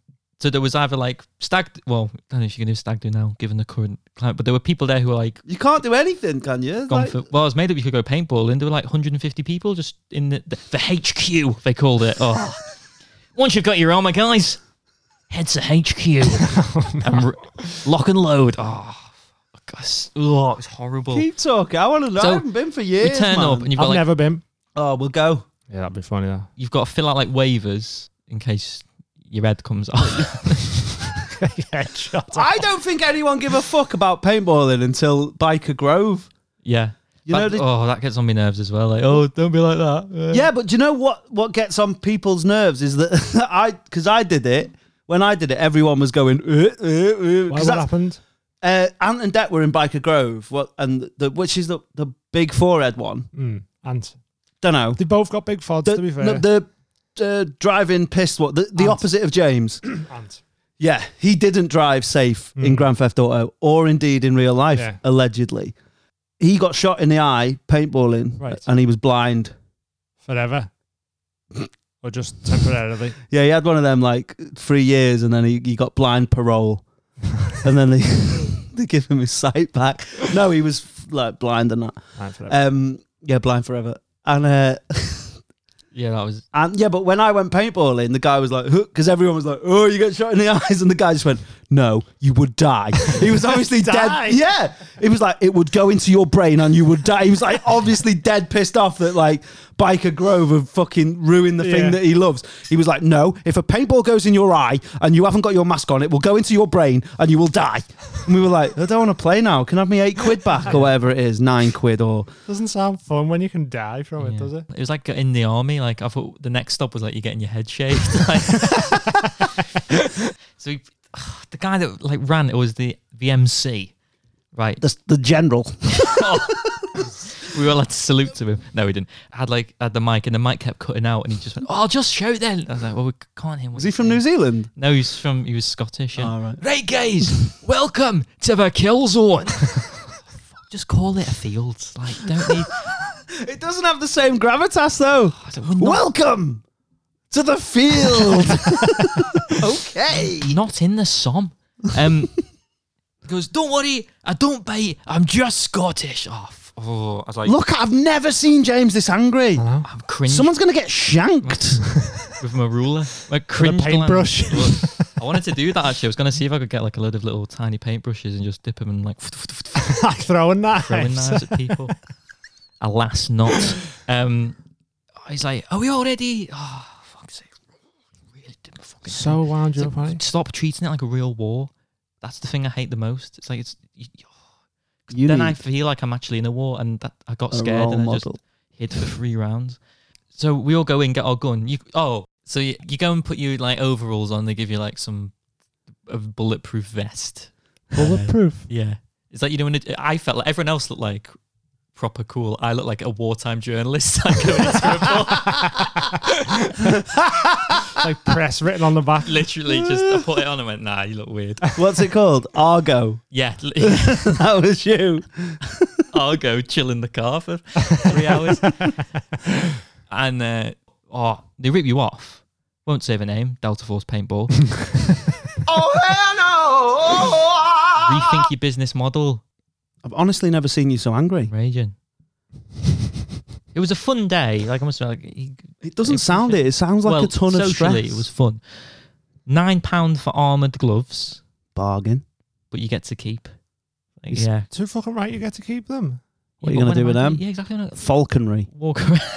Speaker 5: So there was either like stag... Well, I don't know if you can do stag do now, given the current climate. But there were people there who were like...
Speaker 1: You can't do anything, can you?
Speaker 5: Gone
Speaker 1: Like-
Speaker 5: for, well, I was made up you could go paintballing. There were like 150 people just in the, the, the HQ, they called it. Oh. Once you've got your armor, guys, head to HQ
Speaker 1: Oh,
Speaker 5: and r- lock and load. Oh, God, it's- oh, it's horrible.
Speaker 1: Keep talking. I want to know.
Speaker 5: So,
Speaker 1: I haven't been for
Speaker 5: you
Speaker 1: years.
Speaker 5: turn
Speaker 1: man.
Speaker 5: up and you've
Speaker 3: I've
Speaker 5: got, like,
Speaker 3: never been.
Speaker 1: Oh, we'll go.
Speaker 3: Yeah, that'd be funny. That.
Speaker 5: you've got to fill out like waivers in case your head comes off.
Speaker 3: yeah, shut up.
Speaker 1: I don't think anyone give a fuck about paintballing until Biker Grove.
Speaker 5: yeah.
Speaker 1: You
Speaker 5: That-
Speaker 1: know, the-
Speaker 5: oh, that gets on my nerves as well. Like, oh, don't be like that. Uh,
Speaker 1: yeah, but do you know what? What gets on people's nerves is that I, because I did it. When I did it, everyone was going. Uh, uh, uh,
Speaker 3: Why,
Speaker 1: 'cause
Speaker 3: what
Speaker 1: that's-
Speaker 3: happened?
Speaker 1: uh, Ant and Det were in Biker Grove, what, and the, which is the the big forehead one.
Speaker 3: Mm. Ant.
Speaker 1: Don't know.
Speaker 3: They both got big fods,
Speaker 1: The,
Speaker 3: to be fair.
Speaker 1: no, the uh, driving pissed what the, the
Speaker 3: Ant.
Speaker 1: opposite of James.
Speaker 3: Ant.
Speaker 1: Yeah, he didn't drive safe in
Speaker 3: Mm.
Speaker 1: Grand Theft Auto or indeed in real life,
Speaker 3: Yeah.
Speaker 1: allegedly. He got shot in the eye paintballing
Speaker 3: Right.
Speaker 1: and he was blind.
Speaker 3: Forever. or just temporarily.
Speaker 1: Yeah, he had one of them like three years and then he, he got blind parole. and then they, they give him his sight back. No, he was like blind and that.
Speaker 3: Ant forever.
Speaker 1: Um, yeah, blind forever. And uh,
Speaker 5: Yeah, that was...
Speaker 1: and yeah, but when I went paintballing, the guy was like, because everyone was like, "Oh, you get shot in the eyes," and the guy just went, "No, you would die." He was obviously
Speaker 3: Die.
Speaker 1: dead. Yeah, it was like it would go into your brain and you would die. He was like obviously dead, pissed off that like Biker Grove have fucking ruined the
Speaker 3: Yeah.
Speaker 1: thing that he loves. He was like, "No, if a paintball goes in your eye and you haven't got your mask on, it will go into your brain and you will die." And we were like, "I don't want to play now. Can I have me eight quid back or whatever it is, nine quid or."
Speaker 3: Doesn't sound fun when you can die from it,
Speaker 5: yeah.
Speaker 3: does it?
Speaker 5: It was like in the army. Like I thought, the next stop was like you're getting your head shaved. Like- so he, the guy that like ran it was the the MC, right?
Speaker 1: The, the general.
Speaker 5: we were allowed to salute to him. No, we didn't. had like had the mic, and the mic kept cutting out, and he just went, "Oh, I'll just shout then." I was like, "Well, we can't hear."
Speaker 1: Was he from New Zealand?
Speaker 5: No, he's from he was Scottish. Yeah.
Speaker 1: All right.
Speaker 5: Right, guys, welcome to the kill zone. just call it a field. Like, don't need.
Speaker 1: It doesn't have the same gravitas though.
Speaker 5: I don't- we're not-
Speaker 1: Welcome to the field. okay.
Speaker 5: not in the som. Um, he goes, don't worry, I don't bite. I'm just Scottish. Oh, f- oh. I was like,
Speaker 1: Look, I've never seen James this angry.
Speaker 5: I'm cringed
Speaker 1: Someone's gonna get shanked.
Speaker 5: with my ruler, my cringed along.
Speaker 3: paintbrush.
Speaker 5: Look, I wanted to do that actually. I was gonna see if I could get like a load of little tiny paintbrushes and just dip them and like
Speaker 3: like throwing knives.
Speaker 5: throwing knives at people. Alas, not. Um, he's like, are we all ready? Oh, fuck's sake! Really did my fucking head in.
Speaker 3: So wound you
Speaker 5: So
Speaker 3: up, right?
Speaker 5: stop treating it like a real war. That's the thing I hate the most. It's like it's. You,
Speaker 1: You
Speaker 5: then
Speaker 1: need
Speaker 5: I feel like I'm actually in a war, and that I got scared and I just hid for three rounds. So we all go in, get our gun. You oh, so you, you go and put your like overalls on. They give you like some a bulletproof vest.
Speaker 3: Bulletproof.
Speaker 5: Yeah, it's like you know when it, I felt like everyone else looked like proper cool. I looked like a wartime journalist. like, going into a
Speaker 3: It's like press written on the back.
Speaker 5: Literally, just I put it on and went, nah, you look weird.
Speaker 1: What's it called? Argo.
Speaker 5: Yeah, li-
Speaker 1: That was you.
Speaker 5: I'll go chill in the car for three hours. and uh, oh, they rip you off. Won't say the name. Delta Force Paintball. oh hell no! Rethink your business model,
Speaker 1: I've honestly never seen you so angry.
Speaker 5: Raging. It was a fun day. Like I must say, like he,
Speaker 1: It doesn't sound it. It sounds like
Speaker 5: well,
Speaker 1: a ton of stress.
Speaker 5: socially it was fun. Nine pound for armored gloves,
Speaker 1: bargain.
Speaker 5: but you get to keep. Like,
Speaker 1: It's-
Speaker 5: yeah.
Speaker 3: Too fucking right you get to keep them.
Speaker 1: What are
Speaker 5: Yeah,
Speaker 1: you
Speaker 5: but
Speaker 1: gonna do
Speaker 5: when
Speaker 1: with
Speaker 5: am I-
Speaker 1: them?
Speaker 5: Yeah, exactly. I'm not-
Speaker 1: Falconry.
Speaker 5: Walk around.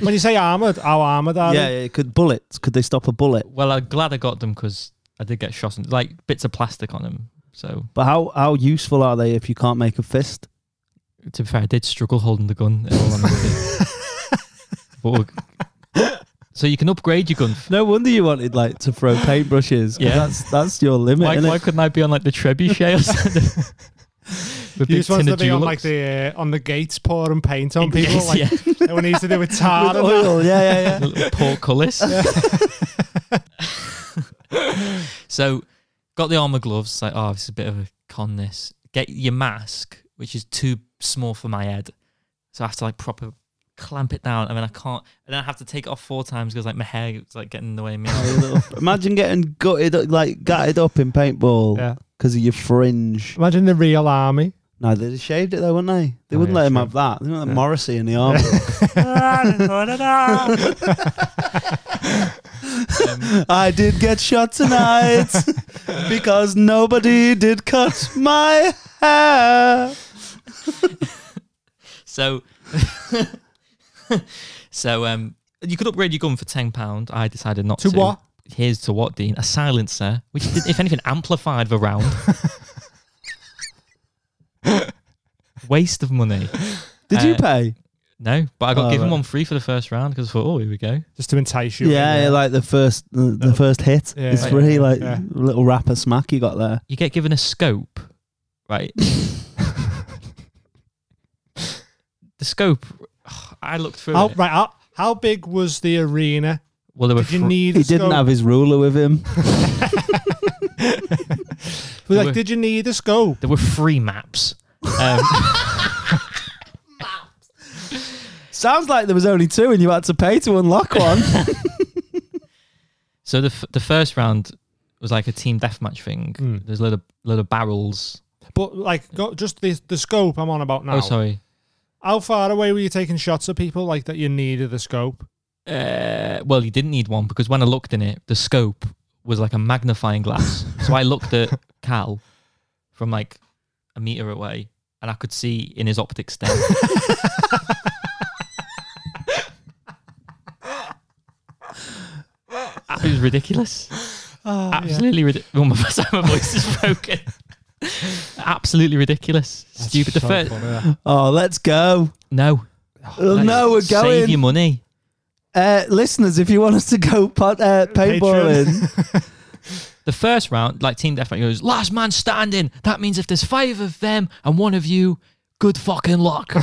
Speaker 3: When you say armoured, how armoured are
Speaker 1: yeah,
Speaker 3: they?
Speaker 1: yeah, could bullets. Could they stop a bullet?
Speaker 5: Well, I'm glad I got them because I did get shot, in, like bits of plastic on them. So
Speaker 1: But how how useful are they if you can't make a fist?
Speaker 5: to be fair, I did struggle holding the gun. in all honesty. but we're- so you can upgrade your gun.
Speaker 1: No wonder you wanted like to throw paintbrushes. 'cause
Speaker 5: Yeah.
Speaker 1: that's that's your limit.
Speaker 5: Why,
Speaker 1: innit?
Speaker 5: why couldn't I be on like the trebuchet or something? The
Speaker 3: You
Speaker 5: big
Speaker 3: just want
Speaker 5: tin
Speaker 3: to
Speaker 5: of
Speaker 3: be on
Speaker 5: Dulux.
Speaker 3: like the uh, on the gates pouring paint on people.
Speaker 5: Yes,
Speaker 3: like
Speaker 5: yeah.
Speaker 3: everyone needs to do with tar
Speaker 1: With
Speaker 3: and that.
Speaker 1: oil. Yeah, yeah, yeah.
Speaker 5: A little portcullis. so, got the armor gloves. Like, oh, this is a bit of a con. This get your mask, which is too small for my head, so I have to like proper clamp it down, and then I can't, and then I have to take it off four times because like my hair was like getting in the way of me.
Speaker 1: Oh, Imagine getting gutted, up- like gutted up in paintball
Speaker 3: Yeah.
Speaker 1: because of your fringe.
Speaker 3: Imagine the real army.
Speaker 1: No, they'd have shaved it though, wouldn't they? They
Speaker 3: Oh,
Speaker 1: wouldn't
Speaker 3: yeah, Ah,
Speaker 1: let him
Speaker 3: true.
Speaker 1: have that. They wouldn't let Morrissey in the army. I did get shot tonight because nobody did cut my hair.
Speaker 5: So, so um, you could upgrade your gun for ten pound. I decided not to.
Speaker 3: To what?
Speaker 5: Here's to what, Dean? A silencer, which did, if anything amplified the round. Waste of money.
Speaker 1: Did you
Speaker 5: Uh,
Speaker 1: pay?
Speaker 5: No, but I got
Speaker 1: Oh,
Speaker 5: given
Speaker 1: right.
Speaker 5: one free for the first round because I thought, oh, here we go.
Speaker 3: Just to entice you.
Speaker 1: Yeah, yeah, like the first, the, the
Speaker 3: No.
Speaker 1: first hit.
Speaker 3: Yeah.
Speaker 1: it's
Speaker 5: Right.
Speaker 1: really like
Speaker 3: Yeah.
Speaker 1: little rapper smack you got there.
Speaker 5: You get given a scope, right? the scope. ugh, I looked through
Speaker 3: How,
Speaker 5: it.
Speaker 3: right, how, how big was the arena?
Speaker 5: Well, there were
Speaker 3: Did you
Speaker 5: fr-
Speaker 3: need?
Speaker 1: He
Speaker 3: a scope?
Speaker 1: didn't have his ruler with him.
Speaker 3: But,
Speaker 5: Were-
Speaker 3: like, did you need a scope?
Speaker 5: there were free maps. Um,
Speaker 1: Sounds like there was only two, and you had to pay to unlock one.
Speaker 5: So the f- the first round was like a team deathmatch thing.
Speaker 3: Mm.
Speaker 5: There's a lot of lot of barrels.
Speaker 3: But like, go, just the the scope I'm on about now.
Speaker 5: Oh, sorry.
Speaker 3: How far away were you taking shots at people like that? You needed a scope.
Speaker 5: Uh, well, you didn't need one because when I looked in it, the scope was like a magnifying glass. so I looked at Cal from like a meter away, and I could see in his optic stem. it was ridiculous. Ah, Absolutely ridiculous. Oh, my, sorry, my voice is broken. Absolutely ridiculous. Stupid. The first,
Speaker 1: oh, let's go.
Speaker 5: No.
Speaker 1: Oh,
Speaker 5: Like,
Speaker 1: no, we're
Speaker 5: Save your
Speaker 1: going.
Speaker 5: money.
Speaker 1: Uh, listeners, if you want us to go pot, uh, paintballing,
Speaker 5: The first round, like Team Deathmatch goes, last man standing. That means if there's five of them and one of you, good fucking luck.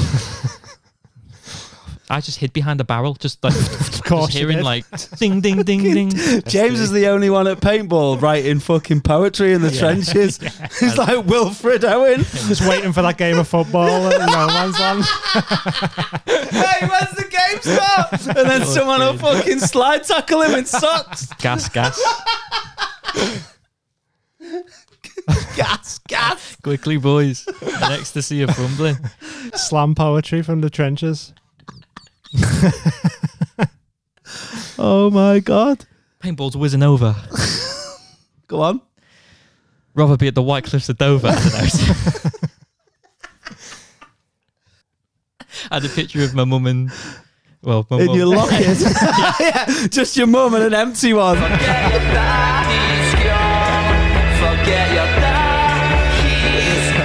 Speaker 5: I just hid behind a barrel, just like
Speaker 3: course
Speaker 5: just
Speaker 3: you
Speaker 5: hearing
Speaker 3: did.
Speaker 5: like ding ding ding ding.
Speaker 1: James is the only one at paintball writing fucking poetry in the trenches. He's like Wilfred Owen.
Speaker 3: Just waiting for that game of football. and no man's land.
Speaker 1: hey, when's the game start? And then someone will fucking slide tackle him in socks.
Speaker 5: Gas gas.
Speaker 1: Gas, gas.
Speaker 5: Quickly boys. An ecstasy of rumbling.
Speaker 3: Slam poetry from the trenches.
Speaker 1: Oh my god.
Speaker 5: Paintball's whizzing over.
Speaker 1: Go on.
Speaker 5: Rather be at the White Cliffs of Dover. I, don't know. I had a picture of my mum and well, my
Speaker 1: In
Speaker 5: mum.
Speaker 1: your locket. yeah, just your mum and an empty one.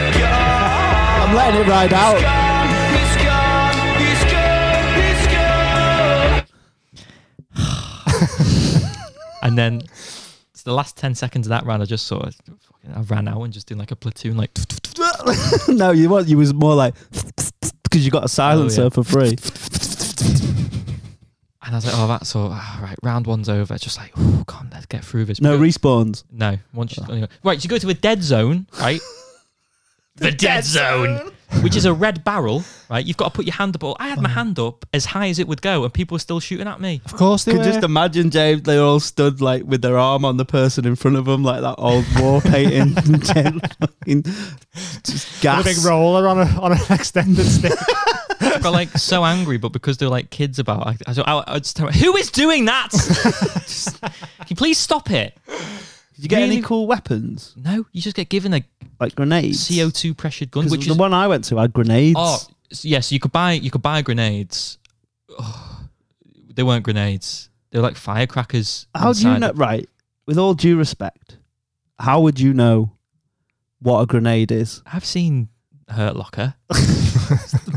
Speaker 1: I'm letting it ride out.
Speaker 5: and then It's the last ten seconds of that round. I just saw. it. Fucking- I ran out and just did like a platoon, like
Speaker 1: no, you was you was more like because you got a silencer
Speaker 5: Oh, yeah.
Speaker 1: for free.
Speaker 5: And I was like, oh, that's all. ah, right, round one's over. It's just like, oh, God, let's get through this.
Speaker 1: No
Speaker 5: Go-
Speaker 1: respawns.
Speaker 5: no. Once you, anyway. Right, you go to a dead zone, right? the dead, zone, which is a red barrel, right? You've got to put your hand up. I had my hand up as high as it would go, and people were still shooting at me.
Speaker 3: Of course they
Speaker 1: Could
Speaker 3: were.
Speaker 1: just imagine, James. They all stood like with their arm on the person in front of them, like that old war painting. fucking just
Speaker 3: With
Speaker 1: gas.
Speaker 3: a big roller on a on an extended stick.
Speaker 5: I got like so angry, but because they were like kids about, I, I, I, I just tell them, who is doing that? Just- Can you please stop it?
Speaker 1: Did you get any
Speaker 5: Really?
Speaker 1: cool weapons
Speaker 5: No, you just get given a
Speaker 1: like grenades?
Speaker 5: CO two pressured gun,
Speaker 1: 'Cause
Speaker 5: which
Speaker 1: the
Speaker 5: is
Speaker 1: one I went to had grenades.
Speaker 5: Oh, yes. you could buy you could buy grenades. Oh, they weren't grenades. They were like firecrackers.
Speaker 1: how do you
Speaker 5: inside.
Speaker 1: know? Right, with all due respect, how would you know what a grenade is?
Speaker 5: I've seen Hurt Locker.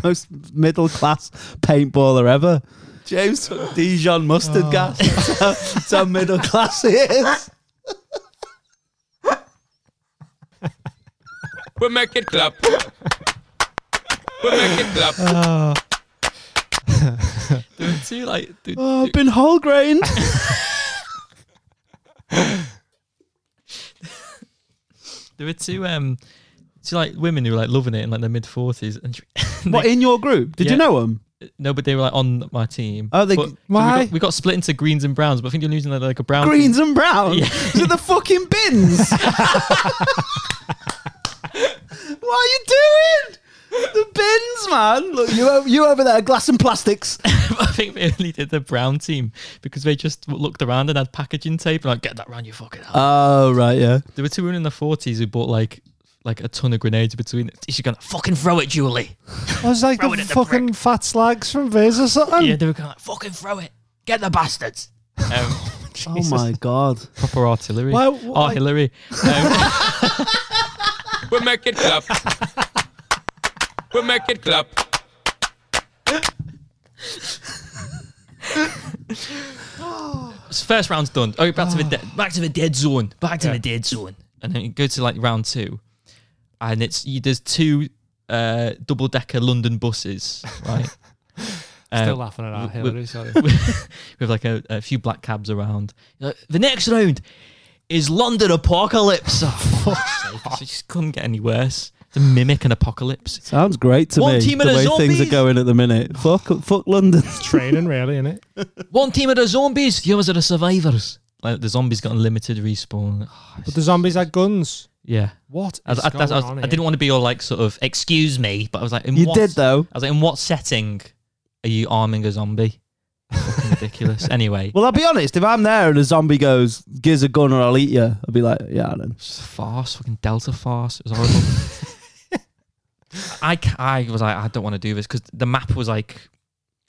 Speaker 1: Most middle class paintballer ever. James took Dijon mustard gas. That's how- That's how middle class it is.
Speaker 6: We make it clap. We make it clap.
Speaker 5: They were too like. they-
Speaker 1: Oh, I've been whole grained.
Speaker 5: There were two um, two like women who were like loving it in like their mid forties, and she-
Speaker 1: what in your group? Did you
Speaker 5: Yeah.
Speaker 1: know them?
Speaker 5: no, but they were like on my team.
Speaker 1: Oh, they-
Speaker 5: But- so we
Speaker 3: Why?
Speaker 5: got- we got split into greens and browns, but I think you're losing like, like a brown.
Speaker 1: Greens and browns.
Speaker 5: Yeah.
Speaker 1: Is it the fucking bins? what are you doing? The bins, man. Look, you o- you over there, glass and plastics.
Speaker 5: I think they only did the brown team because they just looked around and had packaging tape and like get that round your fucking. house."
Speaker 1: Oh right, yeah.
Speaker 5: There were two women in their forties who bought like like a ton of grenades between. She's gonna fucking throw it, Julie.
Speaker 3: I was like the fucking fat slags from Viz or something.
Speaker 5: Yeah, they were kind of like fucking throw it. Get the bastards. Um,
Speaker 1: Oh my god.
Speaker 5: proper artillery.
Speaker 3: Why- why-
Speaker 5: Artillery. Um,
Speaker 6: We make it clap. We make it clap.
Speaker 5: so first round's done. Oh, back to the dead. Back to the dead zone. Back to the dead zone. And then you go to like round two, and it's you, there's two uh, double decker London buses, right?
Speaker 3: Still
Speaker 5: Um,
Speaker 3: laughing at our
Speaker 5: w-
Speaker 3: Hillary, sorry.
Speaker 5: with with, like a, a few black cabs around. You're like, the next round is London apocalypse. Oh, fuck's sake. It just couldn't get any worse. To mimic an apocalypse.
Speaker 1: Sounds great to
Speaker 5: One
Speaker 1: me.
Speaker 5: team
Speaker 1: the
Speaker 5: of
Speaker 1: way things are
Speaker 5: zombies.
Speaker 1: going at the minute. Fuck, fuck London.
Speaker 3: Training really, innit?
Speaker 5: One team are the zombies, the others are the survivors. Like the zombies got unlimited respawn.
Speaker 3: But the zombies had guns.
Speaker 5: Yeah.
Speaker 3: What is
Speaker 5: I, was- I- I was-
Speaker 3: going on
Speaker 5: I
Speaker 3: here?
Speaker 5: didn't want to be all like sort of excuse me, but I was like, in
Speaker 1: You
Speaker 5: what,
Speaker 1: did though.
Speaker 5: I was like, in what setting are you arming a zombie? Fucking ridiculous. Anyway,
Speaker 1: Well, I'll be honest. If I'm there and a zombie goes, "Gives a gun or I'll eat you," I'll be like, "Yeah, I know."
Speaker 5: It's a farce, fucking Delta farce. It was horrible. I, ca- I was like, I don't want to do this because the map was like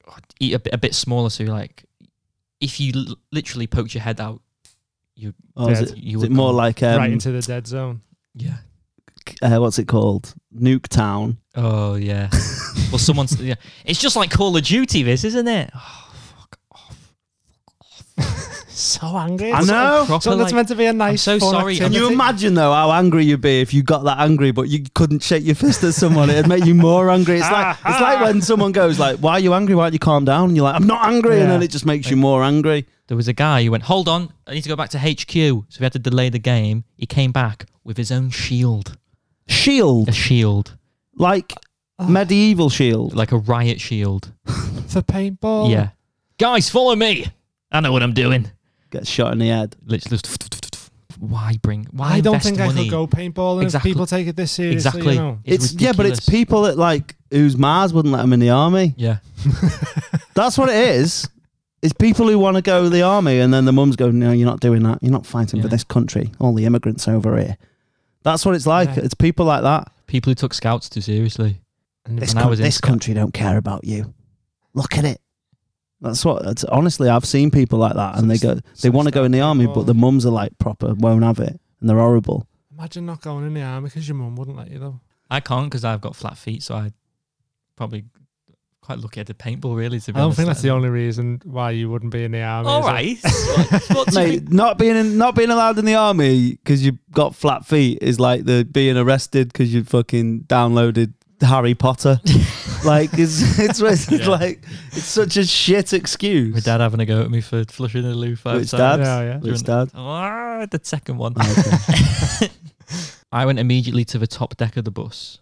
Speaker 5: oh, eat a bit, a bit smaller. So you're like, if you l- literally poked your head out,
Speaker 1: Or is
Speaker 3: Yeah,
Speaker 1: it,
Speaker 5: you
Speaker 1: is
Speaker 5: were
Speaker 1: it more
Speaker 5: gone.
Speaker 1: like um,
Speaker 3: right into the dead zone.
Speaker 5: yeah.
Speaker 1: uh, what's it called? Nuketown.
Speaker 5: Oh yeah. well, someone's yeah. It's just like Call of Duty, this isn't it?
Speaker 3: Oh, So angry.
Speaker 1: I
Speaker 3: It's
Speaker 1: know.
Speaker 5: Proper,
Speaker 3: Something that's
Speaker 5: like-
Speaker 3: meant to be a nice
Speaker 5: so
Speaker 3: fun
Speaker 5: sorry.
Speaker 1: Can
Speaker 3: activity.
Speaker 1: you imagine though how angry you'd be if you got that angry but you couldn't shake your fist at someone? It'd make you more angry. It's like it's like when someone goes like, "Why are you angry? Why don't you calm down?" And you're like, "I'm not angry," and then
Speaker 3: Yeah.
Speaker 1: it just makes you more angry.
Speaker 5: there was a guy who went, "Hold on, I need to go back to HQ." So we had to delay the game. He came back with his own shield, a
Speaker 1: Shield
Speaker 5: shield
Speaker 1: like medieval shield.
Speaker 5: like a riot shield.
Speaker 3: for paintball.
Speaker 5: Yeah. Guys, follow me. I know what I'm doing.
Speaker 1: Gets shot in the head.
Speaker 5: Literally, just why bring? Why
Speaker 3: I don't
Speaker 5: invest
Speaker 3: think I
Speaker 5: money?
Speaker 3: could go paintballing
Speaker 5: Exactly.
Speaker 3: if people take it this seriously.
Speaker 5: exactly.
Speaker 3: You know.
Speaker 1: It's, yeah, but it's
Speaker 5: ridiculous.
Speaker 1: people that like whose Mars wouldn't let them in the army.
Speaker 5: Yeah,
Speaker 1: That's what it is. It's people who want to go to the army, and then the mums go, "No, you're not doing that. You're not fighting for
Speaker 5: Yeah.
Speaker 1: this country. All the immigrants over here." That's what it's like.
Speaker 3: Yeah.
Speaker 1: It's people like that.
Speaker 5: people who took scouts too seriously.
Speaker 3: And
Speaker 1: this,
Speaker 5: when I
Speaker 1: coun-
Speaker 5: was in
Speaker 1: this
Speaker 5: Scout-
Speaker 1: country don't care about you. Look at it. That's what. That's, honestly, I've seen people like that, and they
Speaker 3: Some-
Speaker 1: go, they
Speaker 3: some
Speaker 1: want to go in the
Speaker 3: stout
Speaker 1: army,
Speaker 3: people.
Speaker 1: but the mums are like proper won't have it, and they're horrible.
Speaker 3: Imagine not going in the army because your mum wouldn't let you though.
Speaker 5: I can't because I've got flat feet, so I probably quite lucky I did paintball, really. To be
Speaker 3: I don't
Speaker 5: honest,
Speaker 3: think that's the
Speaker 5: then.
Speaker 3: only reason why you wouldn't be in the army.
Speaker 5: All
Speaker 3: is it?
Speaker 5: right. What- what do you think-
Speaker 1: Mate, not being in, not being allowed in the army because you've got flat feet is like the being arrested because you fucking downloaded Harry Potter. like it's it's, it's
Speaker 5: Yeah.
Speaker 1: like it's such a shit excuse.
Speaker 5: My dad having a go at me for flushing a loo five
Speaker 1: Which
Speaker 5: times.
Speaker 1: dad?
Speaker 3: Yeah, yeah.
Speaker 1: Which dad?
Speaker 5: Ah, the second one. I went immediately to the top deck of the bus.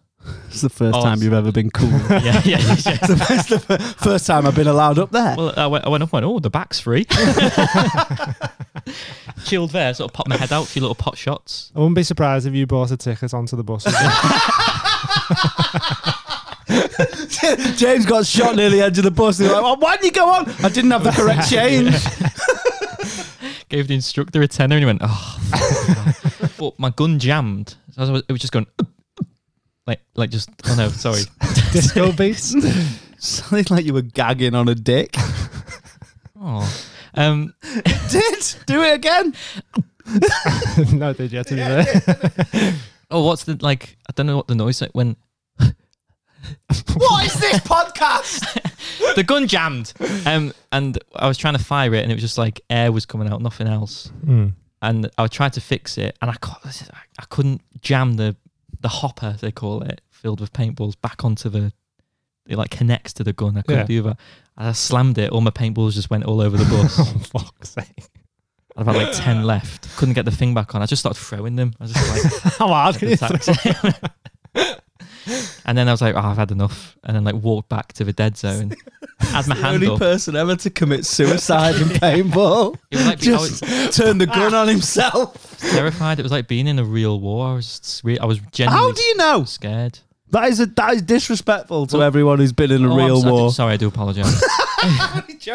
Speaker 1: It's the first
Speaker 5: Oh,
Speaker 1: time you've ever been cool.
Speaker 5: Yeah, yeah, yeah.
Speaker 1: it's the first, the fir- first time I've been allowed up there.
Speaker 5: Well, I went, I went up and went, oh, the back's free. Chilled there, sort of popped my head out, a few little pot shots.
Speaker 3: I wouldn't be surprised if you bought a ticket onto the bus. as well.
Speaker 1: James got shot near the edge of the bus. And he was like, well, why didn't you go on? I didn't have the correct change.
Speaker 5: Gave the instructor a tenner and he went, oh. fucking hell." but my gun jammed. So I was, it was just going, like, like just, oh no, sorry.
Speaker 3: Disco beats.
Speaker 1: Sounded like you were gagging on a dick.
Speaker 5: Oh. Um,
Speaker 1: Did do it again?
Speaker 3: no, did you have to be there?
Speaker 5: oh, what's the, like, I don't know what the noise, like when
Speaker 1: What is this podcast?
Speaker 5: the gun jammed. Um, and I was trying to fire it, and it was just like air was coming out, nothing else.
Speaker 3: Mm.
Speaker 5: And I tried to fix it, and I cou- I couldn't jam the the hopper they call it, filled with paintballs, back onto the. It like connects to the gun. I couldn't
Speaker 3: Yeah.
Speaker 5: do that. And I slammed it. All my paintballs just went all over the bus.
Speaker 3: Fuck's sake.
Speaker 5: I've had like ten left. Couldn't get the thing back on. I just started throwing them. I was just like,
Speaker 3: How hard can you throw?
Speaker 5: and then I was like, oh, I've had enough. And then like walked back to the dead zone. Had my hand
Speaker 1: Only
Speaker 5: up.
Speaker 1: person ever to commit suicide in paintball.
Speaker 5: It was like I was-
Speaker 1: Just turned the gun on himself.
Speaker 5: terrified. It was like being in a real war. I was, just re- I was genuinely
Speaker 1: How do you know?
Speaker 5: scared.
Speaker 1: That is a, that is disrespectful to
Speaker 5: Well-
Speaker 1: everyone who's been in a
Speaker 5: Oh, I'm
Speaker 1: real
Speaker 5: so- I do-
Speaker 1: war.
Speaker 5: sorry, I do apologize.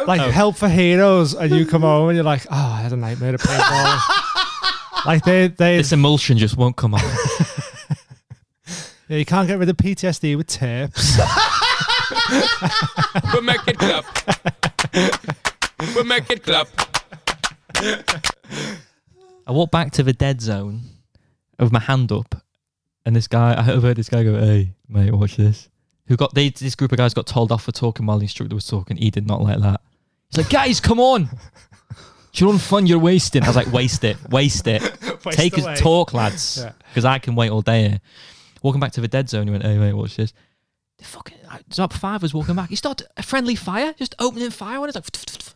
Speaker 3: Like help for heroes, and you come home and you're like, oh, I had a nightmare to play ball. like they, they,
Speaker 5: this emulsion just won't come off.
Speaker 3: yeah, you can't get rid of PTSD with tape.
Speaker 6: We make it clap. We make it clap.
Speaker 5: I walked back to the dead zone with my hand up, and this guy, I overheard this guy go, "Hey, mate, watch this." Who got they? This group of guys got told off for talking while the instructor was talking. He did not like that. He's like, "Guys, come on." Your own fun you're wasting. I was like, waste it, waste it. Take
Speaker 3: away.
Speaker 5: his talk, lads,
Speaker 3: Yeah.
Speaker 5: because I can wait all day here. Walking back to the dead zone, he went, "Hey mate, watch this." The fucking like, Zob Five was walking back. He started a friendly fire, just opening fire on us. Like, what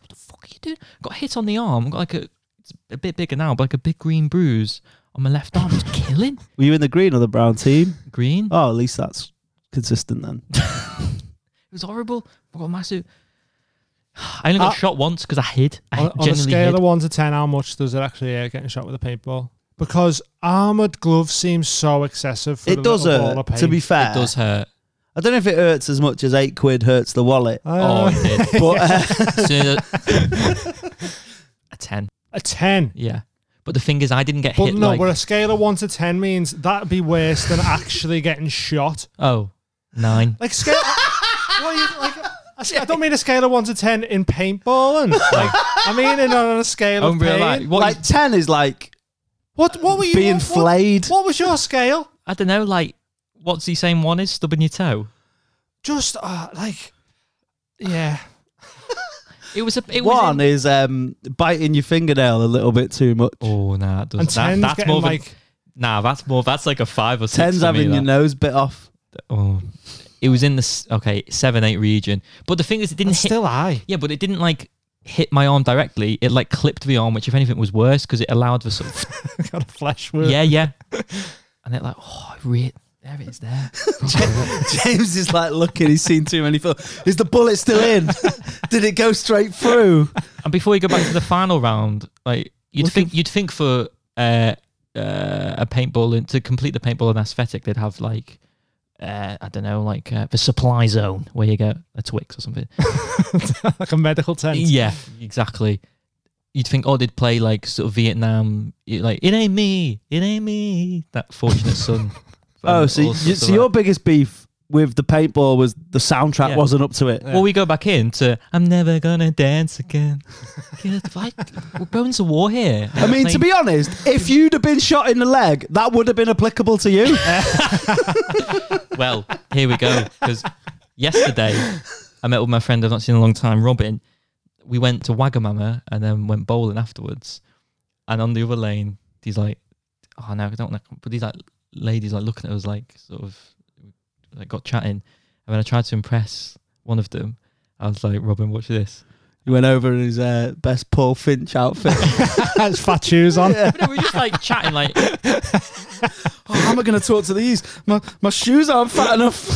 Speaker 5: the fuck are you doing? Got hit on the arm. Got like a, it's a bit bigger now, but like a big green bruise on my left arm. Just killing
Speaker 1: Were you in the green or the brown team?
Speaker 5: green.
Speaker 1: Oh, at least that's consistent then.
Speaker 5: It was horrible. I got massive. I only got
Speaker 3: Uh,
Speaker 5: shot once because I hid. I
Speaker 3: on, on a
Speaker 5: genuinely
Speaker 3: scale
Speaker 5: hid.
Speaker 3: of one to ten, how much does it actually uh, getting shot with a paintball? Because armored gloves seem so excessive. For the
Speaker 1: It does
Speaker 3: little ball
Speaker 1: hurt.
Speaker 3: of
Speaker 1: To be
Speaker 3: paint.
Speaker 1: fair,
Speaker 5: it does hurt.
Speaker 1: I don't know if it hurts as much as eight quid hurts the wallet,
Speaker 5: Oh,
Speaker 3: Uh,
Speaker 5: it did.
Speaker 1: but uh,
Speaker 5: So- a ten.
Speaker 3: a ten.
Speaker 5: Yeah. But the thing is, I didn't get
Speaker 3: But
Speaker 5: hit.
Speaker 3: no,
Speaker 5: like,
Speaker 3: but a scale of one to ten means that'd be worse than actually getting shot.
Speaker 5: oh, nine.
Speaker 3: Like scale. well, you, like, a sc- I don't mean a scale of one to ten in paintballing. Like I mean in on a scale
Speaker 5: Oh,
Speaker 3: of
Speaker 5: in real life.
Speaker 3: pain.
Speaker 5: What
Speaker 1: like ten is like
Speaker 3: What what were you
Speaker 1: being
Speaker 3: what- what-
Speaker 1: flayed.
Speaker 3: What was your scale?
Speaker 5: I don't know. Like, what's he saying? One is stubbing your toe.
Speaker 3: Just uh, like yeah.
Speaker 5: It was a. It was
Speaker 1: One
Speaker 5: in-
Speaker 1: is um, biting your fingernail a little bit too much.
Speaker 5: Oh nah, it doesn't.
Speaker 3: And
Speaker 5: That,
Speaker 3: ten's
Speaker 5: that's
Speaker 3: getting
Speaker 5: more than,
Speaker 3: like
Speaker 5: nah. That's more. That's like a five or six.
Speaker 1: Ten's
Speaker 5: for me,
Speaker 1: having your
Speaker 5: that.
Speaker 1: nose bit off.
Speaker 5: Oh, it was in the s- okay seven eight region. But the thing is, it didn't
Speaker 3: that's
Speaker 5: hit.
Speaker 3: still high.
Speaker 5: yeah, but it didn't like hit my arm directly. It like clipped the arm, which if anything was worse because it allowed for sort of
Speaker 3: Got a flesh wound.
Speaker 5: yeah yeah. And it like oh re- there it is there.
Speaker 1: James is like looking. He's seen too many films. Is the bullet still in? Did it go straight through?
Speaker 5: And before you go back to the final round, like you'd think you'd think for uh, uh, a paintball and to complete the paintball and aesthetic, they'd have like uh, I don't know, like uh, the supply zone where you get a Twix or something.
Speaker 3: like a medical tent.
Speaker 5: yeah, exactly. You'd think, oh, they'd play like sort of Vietnam, you- like it ain't me, it ain't me. That fortunate son.
Speaker 1: Oh,
Speaker 5: Um,
Speaker 1: so,
Speaker 5: all
Speaker 1: you,
Speaker 5: sorts
Speaker 1: so
Speaker 5: of
Speaker 1: your
Speaker 5: that.
Speaker 1: biggest beef with the paintball was the soundtrack
Speaker 5: Yeah.
Speaker 1: wasn't up to it.
Speaker 5: Well, we go back into I'm never gonna dance again. Yeah, like, we're going to war here.
Speaker 1: I mean, to be honest, if you'd have been shot in the leg, that would have been applicable to you.
Speaker 5: Well, here we go. Because yesterday I met with my friend I've not seen in a long time, Robin. We went to Wagamama and then went bowling afterwards. And on the other lane, these like, oh no, I don't want to, but these like ladies like looking at us like sort of like got chatting. And then I tried to impress one of them. I was like, Robin, watch this.
Speaker 1: He went over in his uh, best Paul Finch outfit.
Speaker 3: That's fat shoes on.
Speaker 5: But no, we were just like chatting, like,
Speaker 1: Oh, how am I going to talk to these? My, my shoes aren't fat enough.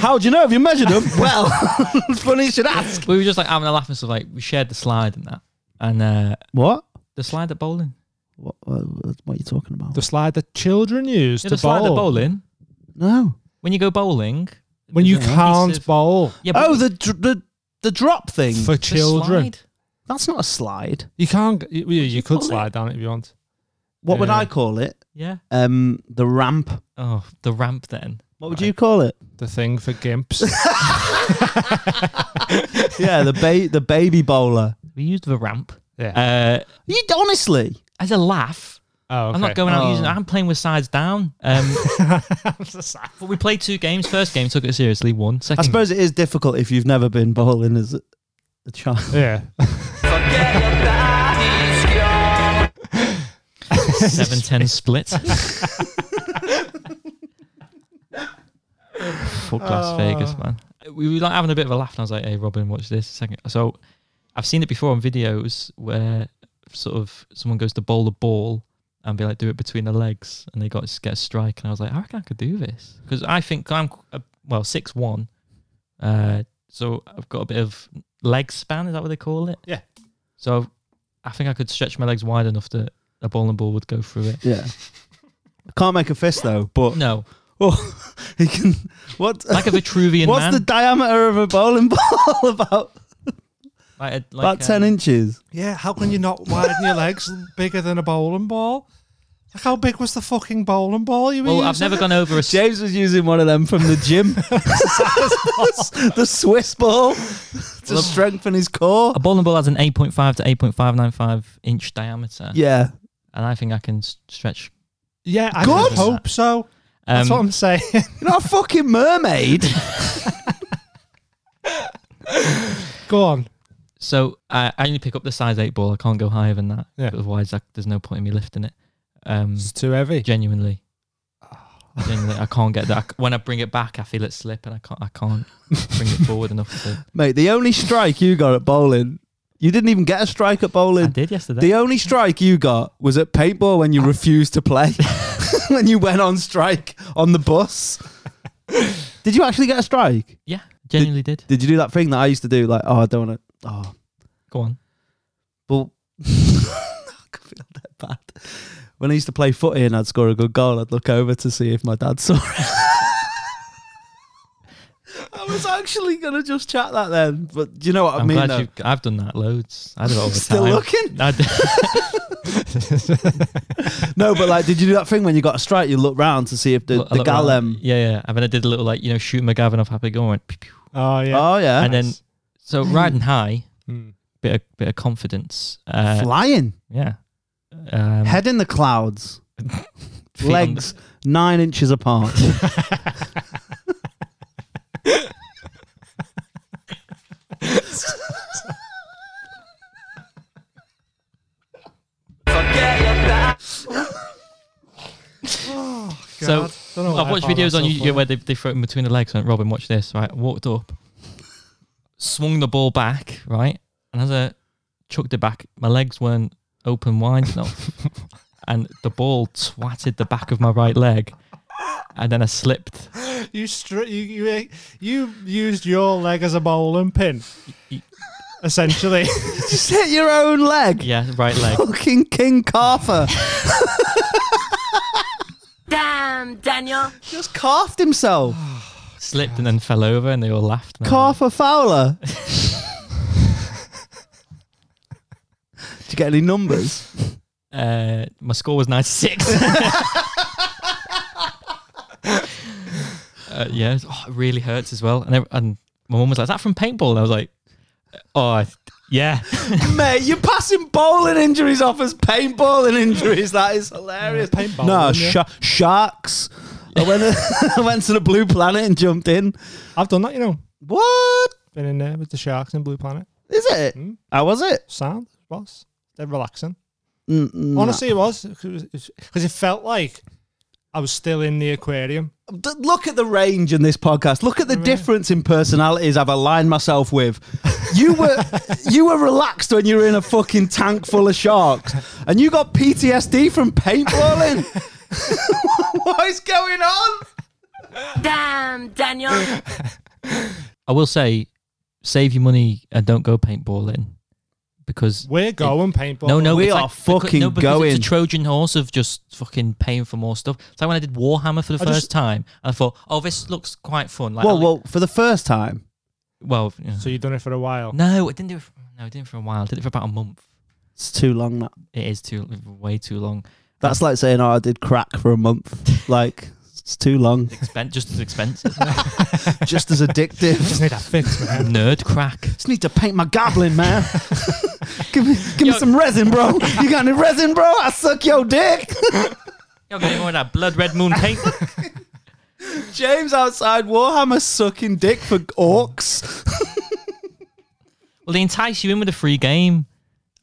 Speaker 1: how do you know? Have you measured them? well, funny you should ask.
Speaker 5: we were just like having a laugh and stuff. Like, we shared the slide and that. And uh,
Speaker 1: What?
Speaker 5: the slide at bowling.
Speaker 1: What, what, what are you talking about?
Speaker 3: The slide that children use
Speaker 5: Yeah,
Speaker 3: to
Speaker 5: the slide at
Speaker 3: bowl.
Speaker 5: bowling.
Speaker 1: no.
Speaker 5: When you go bowling,
Speaker 3: When you
Speaker 5: There's a piece
Speaker 3: can't
Speaker 5: of-
Speaker 3: bowl
Speaker 5: yeah, but
Speaker 1: Oh, the dr- the the drop thing.
Speaker 3: for
Speaker 5: Mm. the
Speaker 3: children,
Speaker 5: slide.
Speaker 1: That's not a slide.
Speaker 3: you can't. You, you, you could
Speaker 5: call it?
Speaker 3: slide down it if you want.
Speaker 1: What would
Speaker 3: Yeah.
Speaker 1: I call it?
Speaker 5: Yeah.
Speaker 1: Um, the ramp.
Speaker 5: Oh, the ramp then.
Speaker 1: What would you call it?
Speaker 3: The thing for gimps.
Speaker 1: yeah, the ba- the baby bowler.
Speaker 5: We used the ramp.
Speaker 3: yeah.
Speaker 5: Uh,
Speaker 1: You honestly?
Speaker 5: as a laugh,
Speaker 3: oh, okay.
Speaker 5: I'm not going out
Speaker 1: Oh.
Speaker 5: using. I'm playing with sides down. Um, but we played two games. First game took it seriously. One second.
Speaker 1: I suppose it is difficult if you've never been bowling as a a child.
Speaker 3: Yeah.
Speaker 5: seven ten split. Fuck Las Vegas, man. We were like having a bit of a laugh, and I was like, "Hey, Robin, watch this." Second, so I've seen it before on videos where sort of someone goes to bowl a ball and be like, "Do it between the legs," and they got get a strike, and I was like, "I reckon I could do this," because I think I'm uh, well six one, uh, so I've got a bit of leg span. Is that what they call it?
Speaker 3: Yeah.
Speaker 5: So I think I could stretch my legs wide enough that a bowling ball would go through it.
Speaker 1: Yeah. Can't make a fist though, but
Speaker 5: No,
Speaker 1: oh, he can. What?
Speaker 5: like a Vitruvian
Speaker 1: What's
Speaker 5: man.
Speaker 1: the diameter of a bowling ball? about
Speaker 5: like a, like
Speaker 1: about ten
Speaker 5: um,
Speaker 1: inches.
Speaker 3: Yeah. How can you not widen your legs bigger than a bowling ball? Like how big was the fucking bowling ball you were
Speaker 5: Well, I've never gone over a. s-
Speaker 1: James was using one of them from the gym, the Swiss ball, to strengthen his core.
Speaker 5: a bowling ball has an 8.5 to 8.595 inch diameter,
Speaker 1: Yeah,
Speaker 5: and I think I can s- stretch.
Speaker 3: Yeah, I
Speaker 1: Good.
Speaker 3: would hope so.
Speaker 5: Um,
Speaker 3: That's what I'm saying.
Speaker 1: you're not a fucking mermaid.
Speaker 3: Go on.
Speaker 5: so I, I only pick up the size eight ball. I can't go higher than that.
Speaker 3: Yeah.
Speaker 5: Otherwise, I, there's no point in me lifting it. Um,
Speaker 3: It's too heavy.
Speaker 5: genuinely,
Speaker 1: oh.
Speaker 5: genuinely, I can't get that. I c- when I bring it back, I feel it slip, and I can't. I can't bring it forward enough to.
Speaker 1: Mate, the only strike you got at bowling, you didn't even get a strike at
Speaker 5: I
Speaker 1: bowling.
Speaker 5: did yesterday.
Speaker 1: The only strike you got was at paintball when you refused to play, when you went on strike on the bus. did you actually get a strike?
Speaker 5: yeah, genuinely did.
Speaker 1: Did you do that thing that I used to do? Like, oh, I don't want to. Oh,
Speaker 5: Go on.
Speaker 1: but I could feel that bad. When I used to play footy and I'd score a good goal, I'd look over to see if my dad saw it. I was actually gonna just chat that then, but do you know what I
Speaker 5: I'm
Speaker 1: mean?
Speaker 5: glad
Speaker 1: though?
Speaker 5: you. I've done that loads. I do it all the
Speaker 1: Still
Speaker 5: time.
Speaker 1: looking?
Speaker 5: I d-
Speaker 1: No, but like, did you do that thing when you got a strike? You look round to see if the,
Speaker 5: Look- I
Speaker 1: the um,
Speaker 5: look around.
Speaker 1: gallem.
Speaker 5: Yeah, yeah. And then I did a little like you know shoot McGavin off Happy Go and pew, pew.
Speaker 3: Oh yeah.
Speaker 1: Oh yeah,
Speaker 5: and then so riding high,
Speaker 3: Mm.
Speaker 5: bit of bit of confidence. Uh,
Speaker 1: flying,
Speaker 5: yeah. Um,
Speaker 1: head in the clouds,
Speaker 5: feet on the-
Speaker 1: legs nine inches apart.
Speaker 5: So
Speaker 3: God, don't know why
Speaker 5: I've
Speaker 3: I
Speaker 5: watched
Speaker 3: found that
Speaker 5: videos on
Speaker 3: so
Speaker 5: YouTube
Speaker 3: funny.
Speaker 5: where they they throw it in between the legs. Went Robin, watch this. Right, walked up, swung the ball back. Right, and as I chucked it back, my legs weren't open wide enough, and the ball twatted the back of my right leg, and then I slipped.
Speaker 3: You, str- you you you used your leg as a bowling pin, essentially.
Speaker 1: just hit your own leg.
Speaker 5: Yeah, right leg.
Speaker 1: Fucking King Carver
Speaker 2: Damn, Daniel.
Speaker 1: just carved himself.
Speaker 5: slipped and then fell over, and they all laughed. and I was
Speaker 1: Carver Fowler. Did you get any numbers?
Speaker 5: like, Uh, my score was ninety six. uh, yeah, it- oh, it really hurts as well. And, ev- and my mum was like, "Is that from paintball?" And I was like, "Oh, I- yeah."
Speaker 1: Mate, you're passing bowling injuries off as paintballing injuries. That is hilarious.
Speaker 3: Paintball,
Speaker 1: no,
Speaker 3: wouldn't you?
Speaker 1: sha- sharks. I went, I went to the blue planet and jumped in.
Speaker 3: I've done that, you know.
Speaker 1: What
Speaker 3: Been in there with the sharks in Blue Planet.
Speaker 1: is it?
Speaker 3: Hmm?
Speaker 1: How was it?
Speaker 3: Sound was. They're relaxing.
Speaker 1: Mm, mm,
Speaker 3: Honestly, it was because it felt like I was still in the aquarium.
Speaker 1: D- Look at the range in this podcast. Look at the
Speaker 3: Right.
Speaker 1: difference in personalities I've aligned myself with. You were you were relaxed when you were in a fucking tank full of sharks, and you got PTSD from paintballing. what is going on?
Speaker 2: Damn, Daniel.
Speaker 5: I will say, save your money and don't go paintballing because
Speaker 3: We're going paintball.
Speaker 5: no, no,
Speaker 1: We
Speaker 5: it's
Speaker 1: are
Speaker 5: like, because-
Speaker 1: fucking
Speaker 5: no, because
Speaker 1: going.
Speaker 5: It's a Trojan horse of just fucking paying for more stuff. It's like when I did Warhammer for the
Speaker 3: I
Speaker 5: first
Speaker 3: just-
Speaker 5: time. I thought, oh, this looks quite fun. Like,
Speaker 1: Well,
Speaker 5: well,
Speaker 1: well, for the first time,
Speaker 5: well, yeah.
Speaker 3: So you've done it for a while.
Speaker 5: no, I didn't do it. For, no, I didn't for a while. I did it for about a month.
Speaker 1: it's too long. That
Speaker 5: It is too way too long.
Speaker 1: that's like saying, "Oh, I did crack for a month." Like it's too long.
Speaker 5: Expen- just as expensive.
Speaker 1: Just as addictive.
Speaker 3: Just need a fix, man.
Speaker 5: Nerd crack.
Speaker 1: Just need to paint my goblin, man. give me, give me
Speaker 5: Yo.
Speaker 1: some resin, bro. You got any resin, bro? I suck your dick.
Speaker 5: You're getting more of that blood red moon paint.
Speaker 1: James outside Warhammer sucking dick for orcs.
Speaker 5: well, they entice you in with a free game,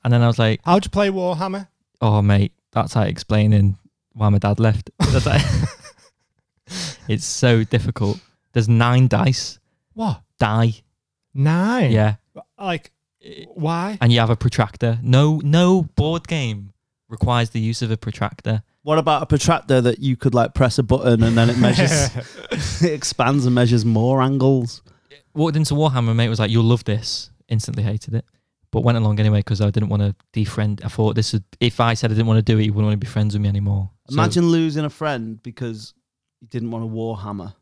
Speaker 5: and then I was like,
Speaker 3: How'd you play Warhammer?
Speaker 5: oh mate, that's like explaining why my dad left. That's like- it's so difficult. There's nine dice.
Speaker 3: What?
Speaker 5: Die.
Speaker 3: Nine.
Speaker 5: Yeah.
Speaker 3: Like, why?
Speaker 5: And you have a protractor. No no board game requires the use of a protractor.
Speaker 1: What about a protractor that you could like press a button and then it measures, it expands and measures more angles?
Speaker 5: Walked into Warhammer, mate was like, You'll love this. Instantly hated it. But went along anyway because I didn't want to defriend. I thought this would, if I said I didn't want to do it, he wouldn't want to be friends with me anymore. So-
Speaker 1: Imagine losing a friend because you didn't want a Warhammer.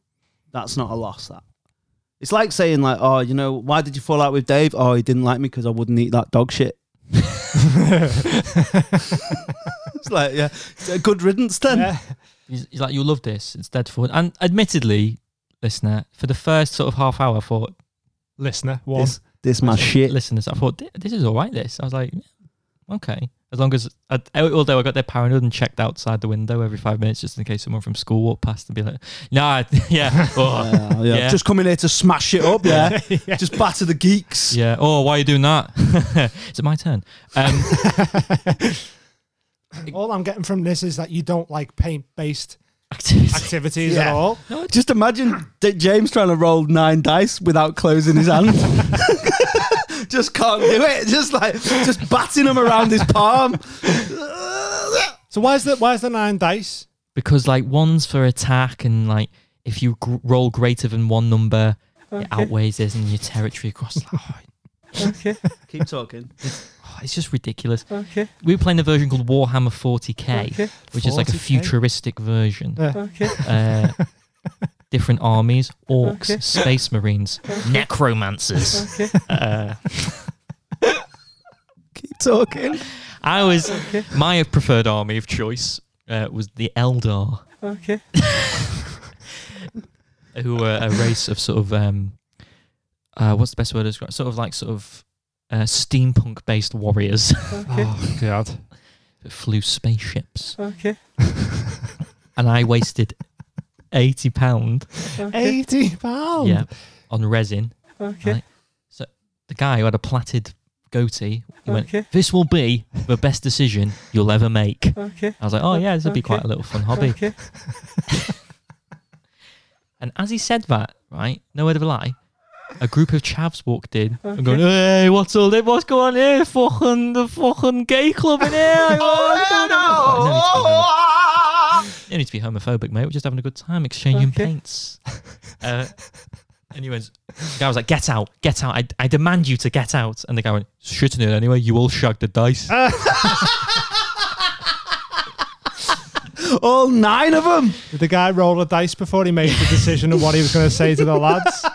Speaker 1: That's not a loss. That it's like saying like, oh, you know, why did you fall out with Dave? Oh, he didn't like me because I wouldn't eat that dog shit. It's like, yeah, it's a good riddance then.
Speaker 3: Yeah.
Speaker 5: He's, he's like, you'll love this. It's dead fun. And admittedly, listener, for the first sort of half hour, I thought,
Speaker 3: Listener, one.
Speaker 1: This, this my shit.
Speaker 5: listeners, I thought, "Th- this is all right, this. I was like, "Yeah, okay. As long as, I, although I got there paranoid and checked outside the window every five minutes just in case someone from school walked past and be like, nah, yeah. Oh,
Speaker 1: Yeah, yeah.
Speaker 5: Yeah.
Speaker 1: Just coming here to smash shit up, yeah. Just batter the geeks.
Speaker 5: yeah. Oh, why are you doing that? is it my turn? Um,
Speaker 3: All I'm getting from this is that you don't like paint based activities
Speaker 1: Yeah.
Speaker 3: at all.
Speaker 1: Just imagine D- James trying to roll nine dice without closing his hand. just can't do it. Just like just batting them around his palm.
Speaker 3: So why's the why's the nine dice?
Speaker 5: because like one's for attack and like if you gr- roll greater than one number, it outweighs this and your territory across. Like, oh,
Speaker 1: Keep talking.
Speaker 5: Oh, it's just ridiculous. Okay. We were playing a version called Warhammer 40k, which is like a
Speaker 3: 40K?
Speaker 5: futuristic version.
Speaker 3: Yeah.
Speaker 5: Uh, different armies, orcs, space marines, necromancers. Uh,
Speaker 1: Keep talking.
Speaker 5: I was my preferred army of choice uh, was the Eldar. Okay. who were a race of sort of um, uh, what's the best word to describe? Sort of like sort of uh, steampunk based warriors.
Speaker 3: Oh god.
Speaker 5: that flew spaceships. Okay. and I wasted eighty pound.
Speaker 3: Eighty pounds.
Speaker 5: Yeah. On resin. Okay. So the guy who had a plaited goatee, he went, "This will be the best decision you'll ever make." Okay. I was like, "Oh yeah, this will be quite a little fun hobby." Okay. and as he said that, right, no word of a lie. A group of chavs walked in and going, hey, what's all this? What's going on here? Fucking, the fucking gay club in here. What's going on?" Oh, No need to be homo- no need to be homophobic, mate. We're just having a good time exchanging paints. Uh, and he went, the guy was like, get out, get out. I, I demand you to get out. And the guy went, shitting it anyway. You all shagged the dice.
Speaker 3: Ah.
Speaker 1: All nine of them.
Speaker 3: Did the guy roll a dice before he made the decision of what he was going to say to the lads?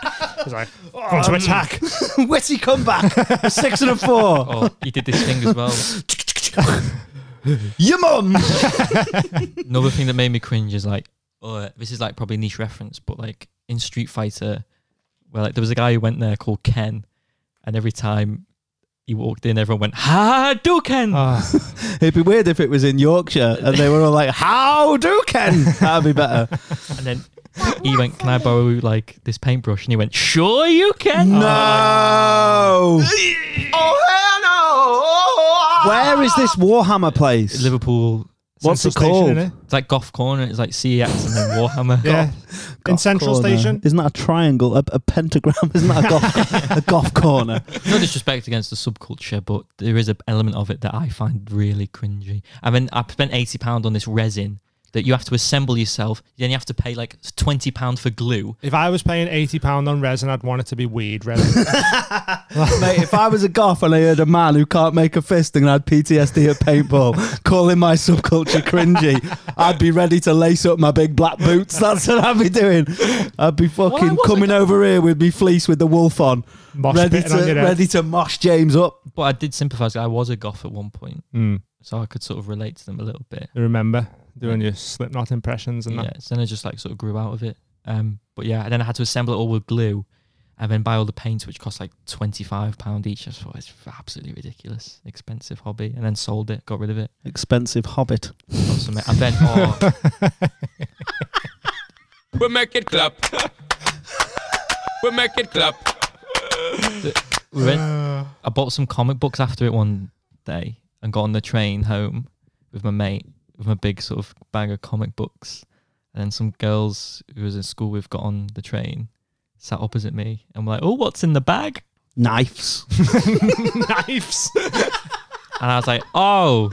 Speaker 3: He's like, "Come
Speaker 1: Um,
Speaker 3: to attack."
Speaker 1: Where's he come back? Six and a four.
Speaker 5: oh, he did this thing as well.
Speaker 1: Your mum.
Speaker 5: Another thing that made me cringe is like, oh, this is like probably a niche reference, but like in Street Fighter, where like there was a guy who went there called Ken, and every time He walked in, everyone went, Hadouken!
Speaker 3: Ah,
Speaker 1: It'd be weird if it was in Yorkshire and they were all like, "How do Ken?" That'd be better.
Speaker 5: and then he went, Can I borrow like this paintbrush? And he went, Sure you can.
Speaker 3: Ah. Oh,
Speaker 1: No. Oh, Where is this Warhammer place?
Speaker 5: Liverpool.
Speaker 1: What's it
Speaker 3: Central Station,
Speaker 1: called?
Speaker 3: innit?
Speaker 5: It's like Goth Corner. It's like CX and then Warhammer.
Speaker 3: Yeah. In
Speaker 1: Goth
Speaker 3: Central
Speaker 1: corner.
Speaker 3: Station.
Speaker 1: Isn't that a triangle? A, a pentagram? Isn't that a golf, a golf corner?
Speaker 5: No disrespect against the subculture, but there is an element of it that I find really cringy. I mean, I spent eighty pound on this resin that you have to assemble yourself. Then you have to pay like twenty pound for glue.
Speaker 3: If I was paying eighty pound on resin, I'd want it to be weed resin.
Speaker 1: Mate, if I was a goth and I heard a man who can't make a fist and had PTSD at paintball calling my subculture cringy, I'd be ready to lace up my big black boots. That's what I'd be doing. I'd be fucking
Speaker 5: wasn't
Speaker 1: coming over here with me fleece with the wolf on,
Speaker 3: Mosh
Speaker 1: ready
Speaker 3: pitting on
Speaker 1: to
Speaker 3: your head.
Speaker 1: ready to mosh James up.
Speaker 5: But I did sympathise. I was a goth at one point,
Speaker 3: Mm.
Speaker 5: so I could sort of relate to them a little bit.
Speaker 3: You remember doing your Slipknot impressions and
Speaker 5: Yeah.
Speaker 3: that?
Speaker 5: So then I just like sort of grew out of it. Um, but yeah, and then I had to assemble it all with glue, and then buy all the paints, which cost like twenty five pound each. I just thought it's absolutely ridiculous, expensive hobby. And then sold it, got rid of it.
Speaker 1: Expensive hobbit.
Speaker 5: Got some- and then oh,
Speaker 6: We make it clap. We make it clap.
Speaker 5: We went, I bought some comic books after it one day and got on the train home with my mate with my big sort of bag of comic books. And then some girls who was in school with got on the train, sat opposite me, and were like, "Oh, what's in the bag?"
Speaker 1: Knives.
Speaker 3: Knives.
Speaker 5: And I was like, "Oh,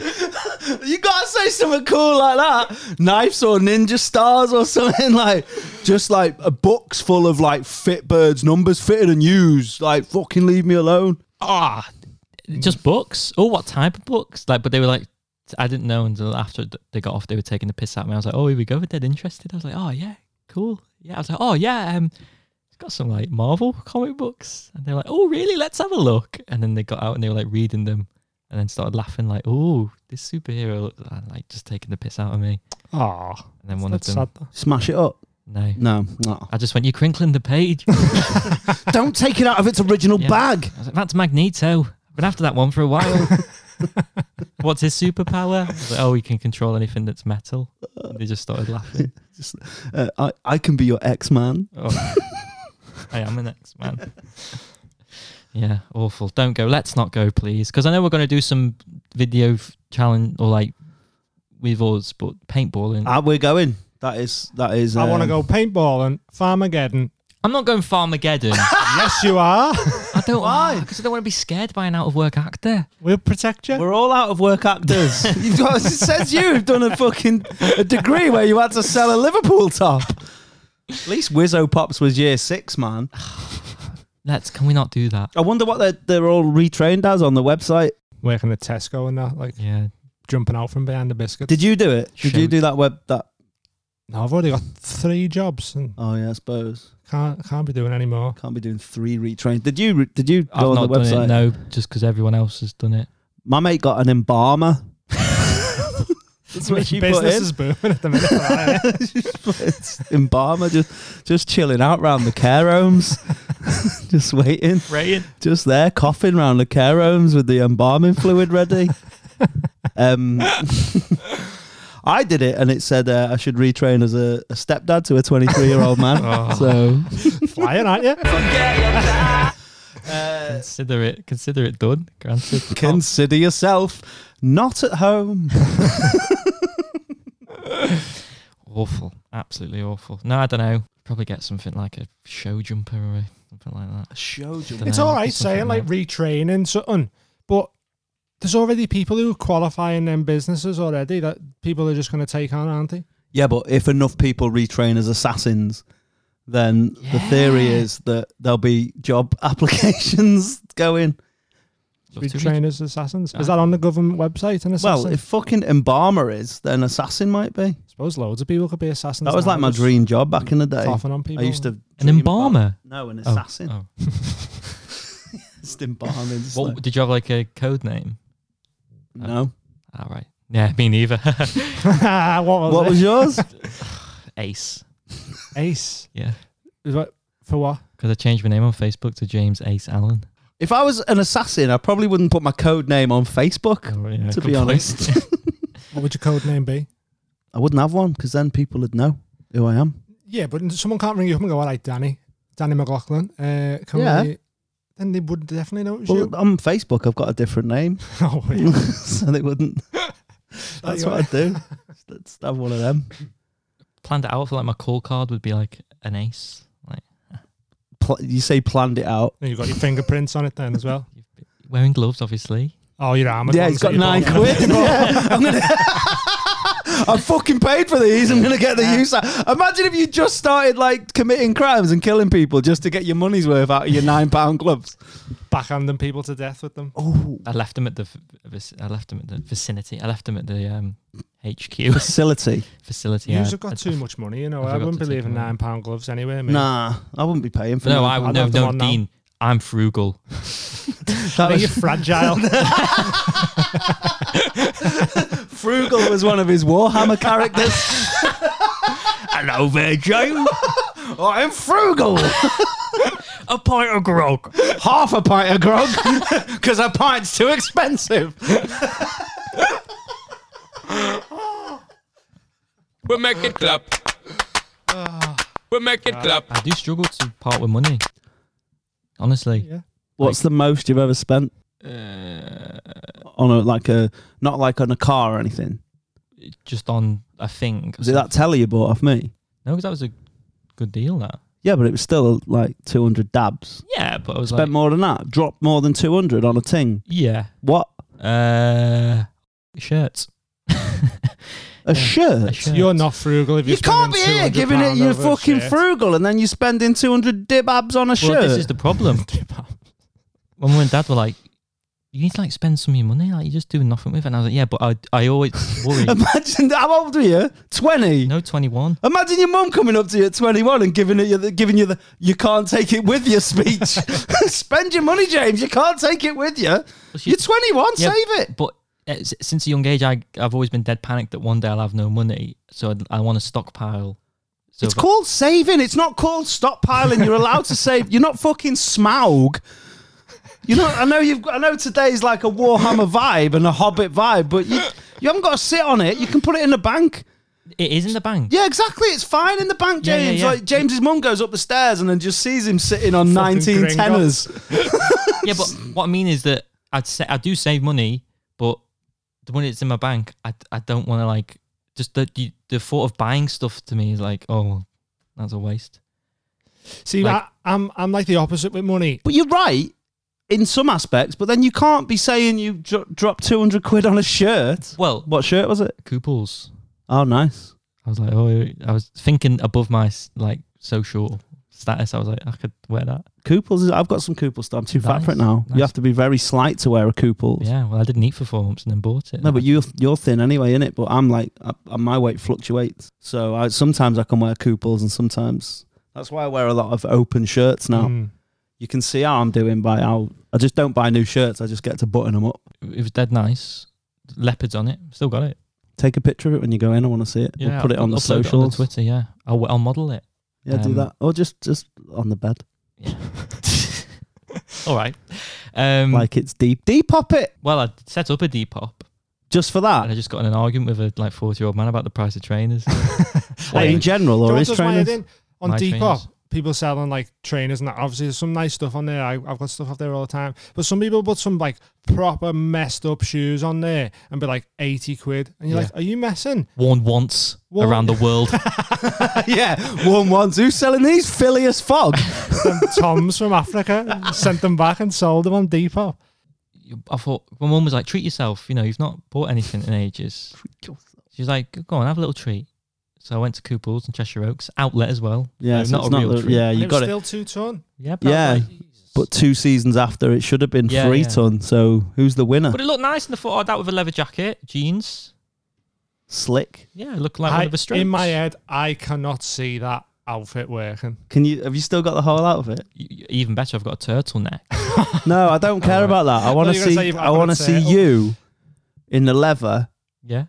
Speaker 1: You gotta say something cool like that. Knives or ninja stars or something like just like a box full of like Fitbirds numbers fitted and used. Like fucking leave me alone.
Speaker 5: ah, just books. Oh, what type of books?" Like, but they were like, I didn't know until after th- they got off. They were taking the piss at me. I was like, "Oh, here we go. We're dead interested." I was like, "Oh yeah, cool." Yeah, I was like, "Oh yeah, um, it's got some like Marvel comic books," and they were like, "Oh really? Let's have a look." And then they got out and they were like reading them, and then started laughing like, "Oh, this superhero," looks and, like just taking the piss out of me.
Speaker 3: Aw.
Speaker 5: And then one
Speaker 3: That's
Speaker 5: of them,
Speaker 3: sad. though.
Speaker 1: Smash it up.
Speaker 5: no.
Speaker 1: No, no.
Speaker 5: I just went, you're crinkling the page. I
Speaker 1: Don't take it out of its original
Speaker 5: Yeah.
Speaker 1: bag.
Speaker 5: was like, That's Magneto. I've been after that one for a while. What's his superpower? I was like, oh, he can control anything that's metal. And they just started laughing.
Speaker 1: Uh, I, I can be your ex man.
Speaker 5: Oh. I am an ex man. Yeah, awful. Don't go. Let's not go, please. Because I know we're going to do some video f- challenge or like with us, but paintballing.
Speaker 1: Ah, we're going. That is that is.
Speaker 3: I want to
Speaker 1: um,
Speaker 3: go paintballing, Farmageddon.
Speaker 5: I'm not going Farmageddon. I
Speaker 3: yes, you are.
Speaker 5: don't why because I don't want to be scared by an out of work actor.
Speaker 3: We'll protect you.
Speaker 1: We're all out of work actors. You've got, it says you've done a fucking a degree where you had to sell a Liverpool top. At least Wizzo Pops was year six, man.
Speaker 5: Let's. Can we not do that?
Speaker 1: I wonder what they're, they're all retrained as on the website.
Speaker 3: Working at Tesco and that, like
Speaker 5: Yeah.
Speaker 3: jumping out from behind the biscuit.
Speaker 1: Did you do it? Did you
Speaker 5: Shoot.
Speaker 1: do that web? That
Speaker 3: No, I've already got three jobs and
Speaker 1: oh yeah, I suppose
Speaker 3: can't can't be doing any more.
Speaker 1: can't be doing three retrains. Did you? re- Did you go
Speaker 5: I've
Speaker 1: on
Speaker 5: not
Speaker 1: the
Speaker 5: done
Speaker 1: website?
Speaker 5: it. No, just because everyone else has done it.
Speaker 1: My mate got an embalmer. That's what she put
Speaker 3: Business
Speaker 1: in.
Speaker 3: is booming at the minute. right?
Speaker 1: embalmer, just just chilling out round the care homes, just waiting,
Speaker 5: Right.
Speaker 1: just there coughing round the care homes with the embalming fluid ready. Um, I did it, and it said uh, I should retrain as a, a stepdad to a 23 year old man. So
Speaker 3: Flying, aren't you?
Speaker 5: Consider it. Consider it done. Granted.
Speaker 1: consider yourself not at home.
Speaker 5: Awful. Absolutely awful. No, I don't know. Probably get something like a show jumper or a- something like that.
Speaker 1: Show
Speaker 3: It's
Speaker 5: No,
Speaker 3: all right
Speaker 5: it's something
Speaker 3: saying like retraining something, but there's already people who qualify in them businesses already that people are just going to take on, aren't they?
Speaker 1: Yeah, but if enough people retrain as assassins, then the theory is that there'll be job applications going.
Speaker 5: Love to read.
Speaker 3: Retrainers, assassins. Is that on the government website? An assassin?
Speaker 1: Well, if fucking embalmer is, then assassin might be.
Speaker 3: I suppose loads of people could be assassins.
Speaker 1: That was
Speaker 3: now,
Speaker 1: like my
Speaker 3: just
Speaker 1: dream job back in the day.
Speaker 3: Coughing on people.
Speaker 1: I used to
Speaker 5: An
Speaker 1: dream
Speaker 5: embalmer?
Speaker 1: about- no, an
Speaker 5: Oh,
Speaker 1: assassin.
Speaker 5: oh.
Speaker 1: Just embalming. just
Speaker 5: What
Speaker 1: like-
Speaker 5: did you have like a code name?
Speaker 1: no.
Speaker 5: All right. Yeah, me neither.
Speaker 3: what
Speaker 5: Oh,
Speaker 3: was
Speaker 1: What
Speaker 3: it?
Speaker 1: was yours?
Speaker 5: Ace.
Speaker 3: Ace?
Speaker 5: Yeah.
Speaker 3: Is what- For what?
Speaker 5: Because I changed my name on Facebook to James Ace Allen.
Speaker 1: If I was an assassin, I probably wouldn't put my code name on Facebook.
Speaker 5: Oh, yeah,
Speaker 1: to
Speaker 5: good
Speaker 1: be honest,
Speaker 5: point.
Speaker 3: What would your code name be?
Speaker 1: I wouldn't have one because then people would know who I am.
Speaker 3: Yeah, but someone can't ring you up and go, "All right, Danny, Danny McLaughlin." Uh, can
Speaker 1: Yeah.
Speaker 3: we-" Then they would definitely know it was
Speaker 1: Well,
Speaker 3: you.
Speaker 1: on Facebook, I've got a different name,
Speaker 3: Oh, yeah.
Speaker 1: so they wouldn't. That's what I'd do. Let's have one of them.
Speaker 5: Planned it out for like my call card would be like an ace. Like
Speaker 1: Pl- you say planned it out.
Speaker 3: And you've got your fingerprints on it then as well.
Speaker 5: wearing gloves, obviously.
Speaker 3: Oh, your arm.
Speaker 1: yeah, he's got nine quid. Yeah, I'm gonna. I fucking paid for these. I'm gonna get the use. Out. Imagine if you just started like committing crimes and killing people just to get your money's worth out of your nine pound gloves.
Speaker 3: Backhanding people to death with them.
Speaker 1: Oh,
Speaker 5: I left them at the v- vic- I left them at the vicinity. I left them at the um, HQ
Speaker 1: facility.
Speaker 5: facility.
Speaker 3: You've
Speaker 5: I-
Speaker 3: got
Speaker 5: I-
Speaker 3: too much money, you know.
Speaker 5: I
Speaker 3: I,
Speaker 5: forgot
Speaker 3: wouldn't
Speaker 5: to
Speaker 3: believe
Speaker 5: take
Speaker 3: in
Speaker 5: them out.
Speaker 3: nine pound gloves anyway. Mate.
Speaker 1: Nah, I wouldn't be paying for
Speaker 5: No,
Speaker 1: that.
Speaker 5: Mm, I
Speaker 3: I'd
Speaker 5: would no,
Speaker 3: have them
Speaker 5: no,
Speaker 3: on now.
Speaker 5: Dean. I'm frugal.
Speaker 1: That
Speaker 3: I think
Speaker 1: was-
Speaker 3: you're fragile.
Speaker 1: Frugal was one of his Warhammer characters.
Speaker 5: Hello there, Joe.
Speaker 1: I'm frugal.
Speaker 5: A pint of grog.
Speaker 1: Half a pint of grog because a pint's too expensive.
Speaker 6: We make it clap. We make it clap.
Speaker 5: I do struggle to part with money. Honestly,
Speaker 3: yeah.
Speaker 1: What's the most you've ever spent
Speaker 5: Uh,
Speaker 1: on a like a not like on a car or anything?
Speaker 5: just on a thing.
Speaker 1: Was it that telly you bought off me?
Speaker 5: No, because that was a good deal. That.
Speaker 1: Yeah, but it was still like 200 dabs.
Speaker 5: Yeah, but I was
Speaker 1: Spent
Speaker 5: like,
Speaker 1: more than that. Dropped more than 200 on a ting.
Speaker 5: yeah.
Speaker 1: What?
Speaker 5: Uh, shirts.
Speaker 1: A shirt?
Speaker 5: A shirt.
Speaker 3: You're not frugal if
Speaker 1: You
Speaker 3: you're
Speaker 1: can't be
Speaker 3: spending
Speaker 1: here
Speaker 3: £200
Speaker 1: giving it your
Speaker 3: over a
Speaker 1: fucking
Speaker 3: shirt.
Speaker 1: frugal and then you're spending 200 dibabs on a
Speaker 5: Well,
Speaker 1: shirt.
Speaker 5: this is the problem. When mum and dad were like, "You need to like spend some of your money. Like you're just doing nothing with." it. And I was like, "Yeah, but I, I always worry."
Speaker 1: Imagine, how old were you? 20?
Speaker 5: no, twenty one.
Speaker 1: Imagine your mum coming up to you at 21 and giving it you the, giving you the you can't take it with you speech. Spend your money, James. You can't take it with you.
Speaker 5: she-
Speaker 1: You're 21.
Speaker 5: Yeah,
Speaker 1: save it.
Speaker 5: But uh, s- since a young age, I I've always been dead panicked that one day I'll have no money, so I'd, I want to stockpile. So
Speaker 1: It's
Speaker 5: that-
Speaker 1: called saving. It's not called stockpiling. You're allowed to save. You're not fucking smaug. You know, I know you've. got- I know today's like a Warhammer vibe and a Hobbit vibe, but you you haven't got to sit on it. You can put it in the bank.
Speaker 5: it is in the bank.
Speaker 1: Yeah, exactly. It's fine in the bank,
Speaker 5: Yeah,
Speaker 1: James.
Speaker 5: yeah, yeah.
Speaker 1: Like James's mum goes up the stairs and then just sees him sitting on nineteen
Speaker 3: gringo.
Speaker 1: tenors.
Speaker 5: Yeah, but what I mean is that I'd say I do save money, but the money that's in my bank, I, I don't want to like just the, the the thought of buying stuff to me is like, oh, that's a waste.
Speaker 3: See,
Speaker 5: Like-
Speaker 3: I, I'm I'm like the opposite with money.
Speaker 1: But you're right in some aspects, but then you can't be saying you dro- dropped 200 quid on a shirt.
Speaker 5: Well,
Speaker 1: What shirt was it?
Speaker 5: couples?
Speaker 1: Oh, nice.
Speaker 5: I was like, oh, I was thinking above my s- like social status. I was like, I could wear that.
Speaker 1: Couples, is- I've got some Couples. I'm too fat for it
Speaker 5: Nice,
Speaker 1: now. You
Speaker 5: nice.
Speaker 1: have to be very slight to wear a Couples.
Speaker 5: Yeah, well, I didn't eat for four months and then bought it.
Speaker 1: No, but you're you're thin anyway, innit? But I'm like, I, I- my weight fluctuates. So I, sometimes I can wear Couples, and sometimes that's why I wear a lot of open shirts now.
Speaker 3: Mm.
Speaker 1: You can see how I'm doing by how I just don't buy new shirts. I just get to button them up.
Speaker 5: it was dead nice. Leopards on it. Still got it.
Speaker 1: Take a picture of it when you go in. I want to see it. we'll put it on the
Speaker 5: upload it on
Speaker 1: socials.
Speaker 5: Twitter. Yeah, I'll, I'll model it.
Speaker 1: yeah, do
Speaker 5: Um,
Speaker 1: that, or just just on the bed.
Speaker 5: All right. Um,
Speaker 1: like it's deep deep pop it
Speaker 5: well, I set up a Depop
Speaker 1: just for
Speaker 5: and
Speaker 1: that
Speaker 5: I just got in an argument with a like forty year old man about the price of trainers.
Speaker 1: Like, in general
Speaker 3: Do you know
Speaker 1: or
Speaker 3: what
Speaker 1: his
Speaker 3: does my
Speaker 1: trainers
Speaker 3: head in? on
Speaker 5: My
Speaker 3: Depop,
Speaker 5: trainers.
Speaker 3: people selling like trainers and that. Obviously, there's some nice stuff on there. I, I've got stuff off there all the time. But some people put some like proper messed up shoes on there and be like eighty quid, and you're
Speaker 5: Yeah.
Speaker 3: like, are you messing?
Speaker 5: Worn once
Speaker 3: Worn-
Speaker 5: around the world.
Speaker 1: yeah one ones who's selling these Phileas Fogg
Speaker 3: Them Toms from Africa sent them back and sold them on Depop.
Speaker 5: I thought my mum was like, treat yourself. You know, you've not bought anything in ages. She's like, go on, have a little treat. So I went to Couples and Cheshire Oaks outlet as well.
Speaker 1: yeah
Speaker 5: so
Speaker 1: so
Speaker 5: not
Speaker 1: it's
Speaker 5: a real
Speaker 1: the-
Speaker 5: treat.
Speaker 1: yeah
Speaker 3: And
Speaker 1: you
Speaker 3: it was
Speaker 1: got it
Speaker 3: still two ton.
Speaker 5: Yeah, but I was
Speaker 1: yeah
Speaker 5: like,
Speaker 1: but two seasons after it should have been
Speaker 5: Yeah,
Speaker 1: free
Speaker 5: yeah.
Speaker 1: ton so who's the winner
Speaker 5: But it looked nice in the photo. I'd out with a leather jacket, jeans.
Speaker 1: slick
Speaker 5: Yeah, it looked like
Speaker 3: I-
Speaker 5: one of the strokes.
Speaker 3: in my uh, head, I cannot see that outfit working.
Speaker 1: can you have you still got the whole outfit
Speaker 5: E- Even better, I've got a turtleneck.
Speaker 1: no I don't care about that I want to
Speaker 3: you were gonna say
Speaker 1: see
Speaker 3: you've-
Speaker 1: I
Speaker 3: I
Speaker 1: want to see
Speaker 3: wouldn't say it.
Speaker 1: you in the leather
Speaker 5: Yeah,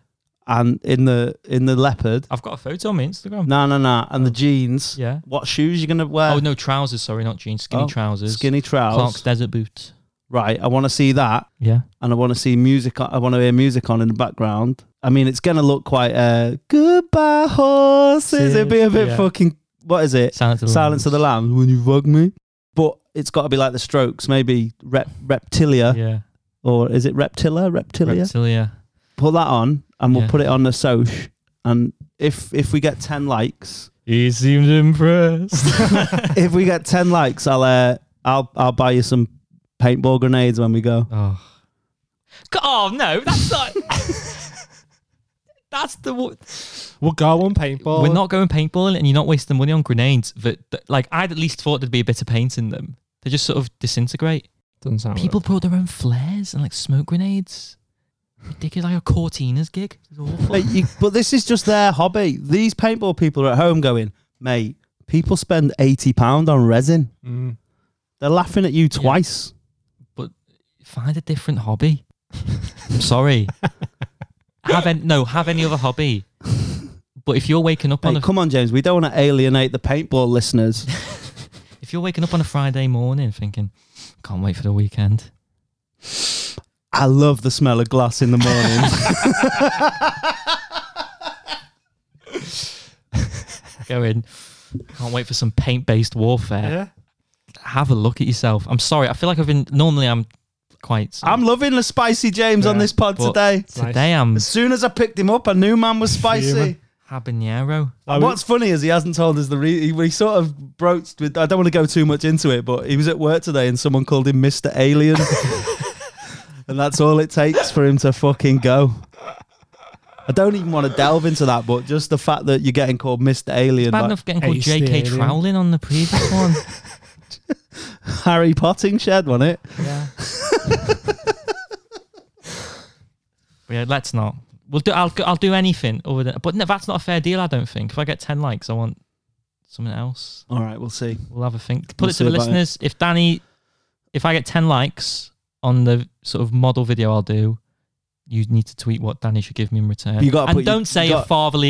Speaker 1: and in the in the leopard
Speaker 5: I've got a photo on my Instagram.
Speaker 1: no no no and the jeans
Speaker 5: Oh. Yeah.
Speaker 1: what shoes you gonna wear
Speaker 5: Oh no, trousers. Sorry, not jeans. Skinny
Speaker 1: Uh, Oh,
Speaker 5: trousers.
Speaker 1: skinny
Speaker 5: Clark's
Speaker 1: trousers
Speaker 5: desert boot.
Speaker 1: right? I want to see that,
Speaker 5: Yeah.
Speaker 1: and I want to see music. I want to hear music on in the background. I mean, it's gonna look quite uh, goodbye horses. It'd be a bit
Speaker 5: Yeah.
Speaker 1: fucking what is it?
Speaker 5: Silence of the
Speaker 1: Silence of the Lambs. When you fuck me, but it's got to be like the Strokes, maybe rep, Reptilia,
Speaker 5: Yeah.
Speaker 1: or is it Reptilla? Reptilia.
Speaker 5: Reptilia.
Speaker 1: put that on, and we'll
Speaker 5: Yeah.
Speaker 1: put it on the Soch. And if if we get ten likes,
Speaker 5: He seemed impressed.
Speaker 1: if we get ten likes, I'll uh, I'll I'll buy you some paintball grenades when we go.
Speaker 5: oh. God, oh no, that's not. that's the. wa-
Speaker 3: We'll go on paintball.
Speaker 5: We're not going paintballing, and you're not wasting money on grenades. That, that- like I'd at least thought there'd be a bit of paint in them. They just sort of disintegrate.
Speaker 3: Doesn't sound
Speaker 5: People brought their own flares and like smoke grenades. Ridiculous, like a Cortinas gig. It was awful.
Speaker 1: Mate, you, but this is just their hobby. These paintball people are at home going, mate. People spend eighty pound on resin.
Speaker 3: good. Mm.
Speaker 1: They're laughing at you twice.
Speaker 5: Find a different hobby. I'm sorry. have any, no, have any other hobby. But if you're waking up on
Speaker 1: Hey,
Speaker 5: a
Speaker 1: come on, James. We don't want to alienate the paintball listeners.
Speaker 5: If you're waking up on a Friday morning thinking, can't wait for the weekend.
Speaker 1: I love the smell of glass in the morning.
Speaker 5: Go in. Can't wait for some paint based warfare.
Speaker 3: Yeah.
Speaker 5: Have a look at yourself. I'm sorry. I feel like I've been. Normally, I'm quite.
Speaker 1: I'm loving the spicy James on
Speaker 3: Yeah,
Speaker 1: this pod
Speaker 5: but-
Speaker 1: today.
Speaker 5: today, I'm
Speaker 1: As soon as I picked him up, I knew man was spicy.
Speaker 3: Human.
Speaker 5: habanero.
Speaker 1: And what's funny is he hasn't told us the re- he, he sort of broached with I don't want to go too much into it, but he was at work today and someone called him Mr. Alien. and that's all it takes for him to fucking go. I don't even want to delve into that, but just the fact that you're getting called Mr. Alien,
Speaker 5: Bad
Speaker 1: like
Speaker 5: enough getting called
Speaker 3: Ace the
Speaker 5: J.K.
Speaker 3: alien.
Speaker 5: Trowling on the previous one.
Speaker 1: Harry Potting shed, wasn't it?
Speaker 5: Yeah. but yeah, let's not. We'll do. I'll. I'll do anything other than. But no, that's not a fair deal. I don't think. If I get ten likes, I want something else.
Speaker 1: All right, we'll see.
Speaker 5: We'll have a think. Put
Speaker 1: We'll
Speaker 5: it
Speaker 1: see
Speaker 5: to the
Speaker 1: about it.
Speaker 5: listeners. If Danny, if I get 10 likes on the sort of model video I'll do, you need to tweet what Danny should give me in return.
Speaker 1: You gotta
Speaker 5: and
Speaker 1: put- you-
Speaker 5: don't
Speaker 1: you
Speaker 5: say a
Speaker 1: gotta-
Speaker 5: fatherly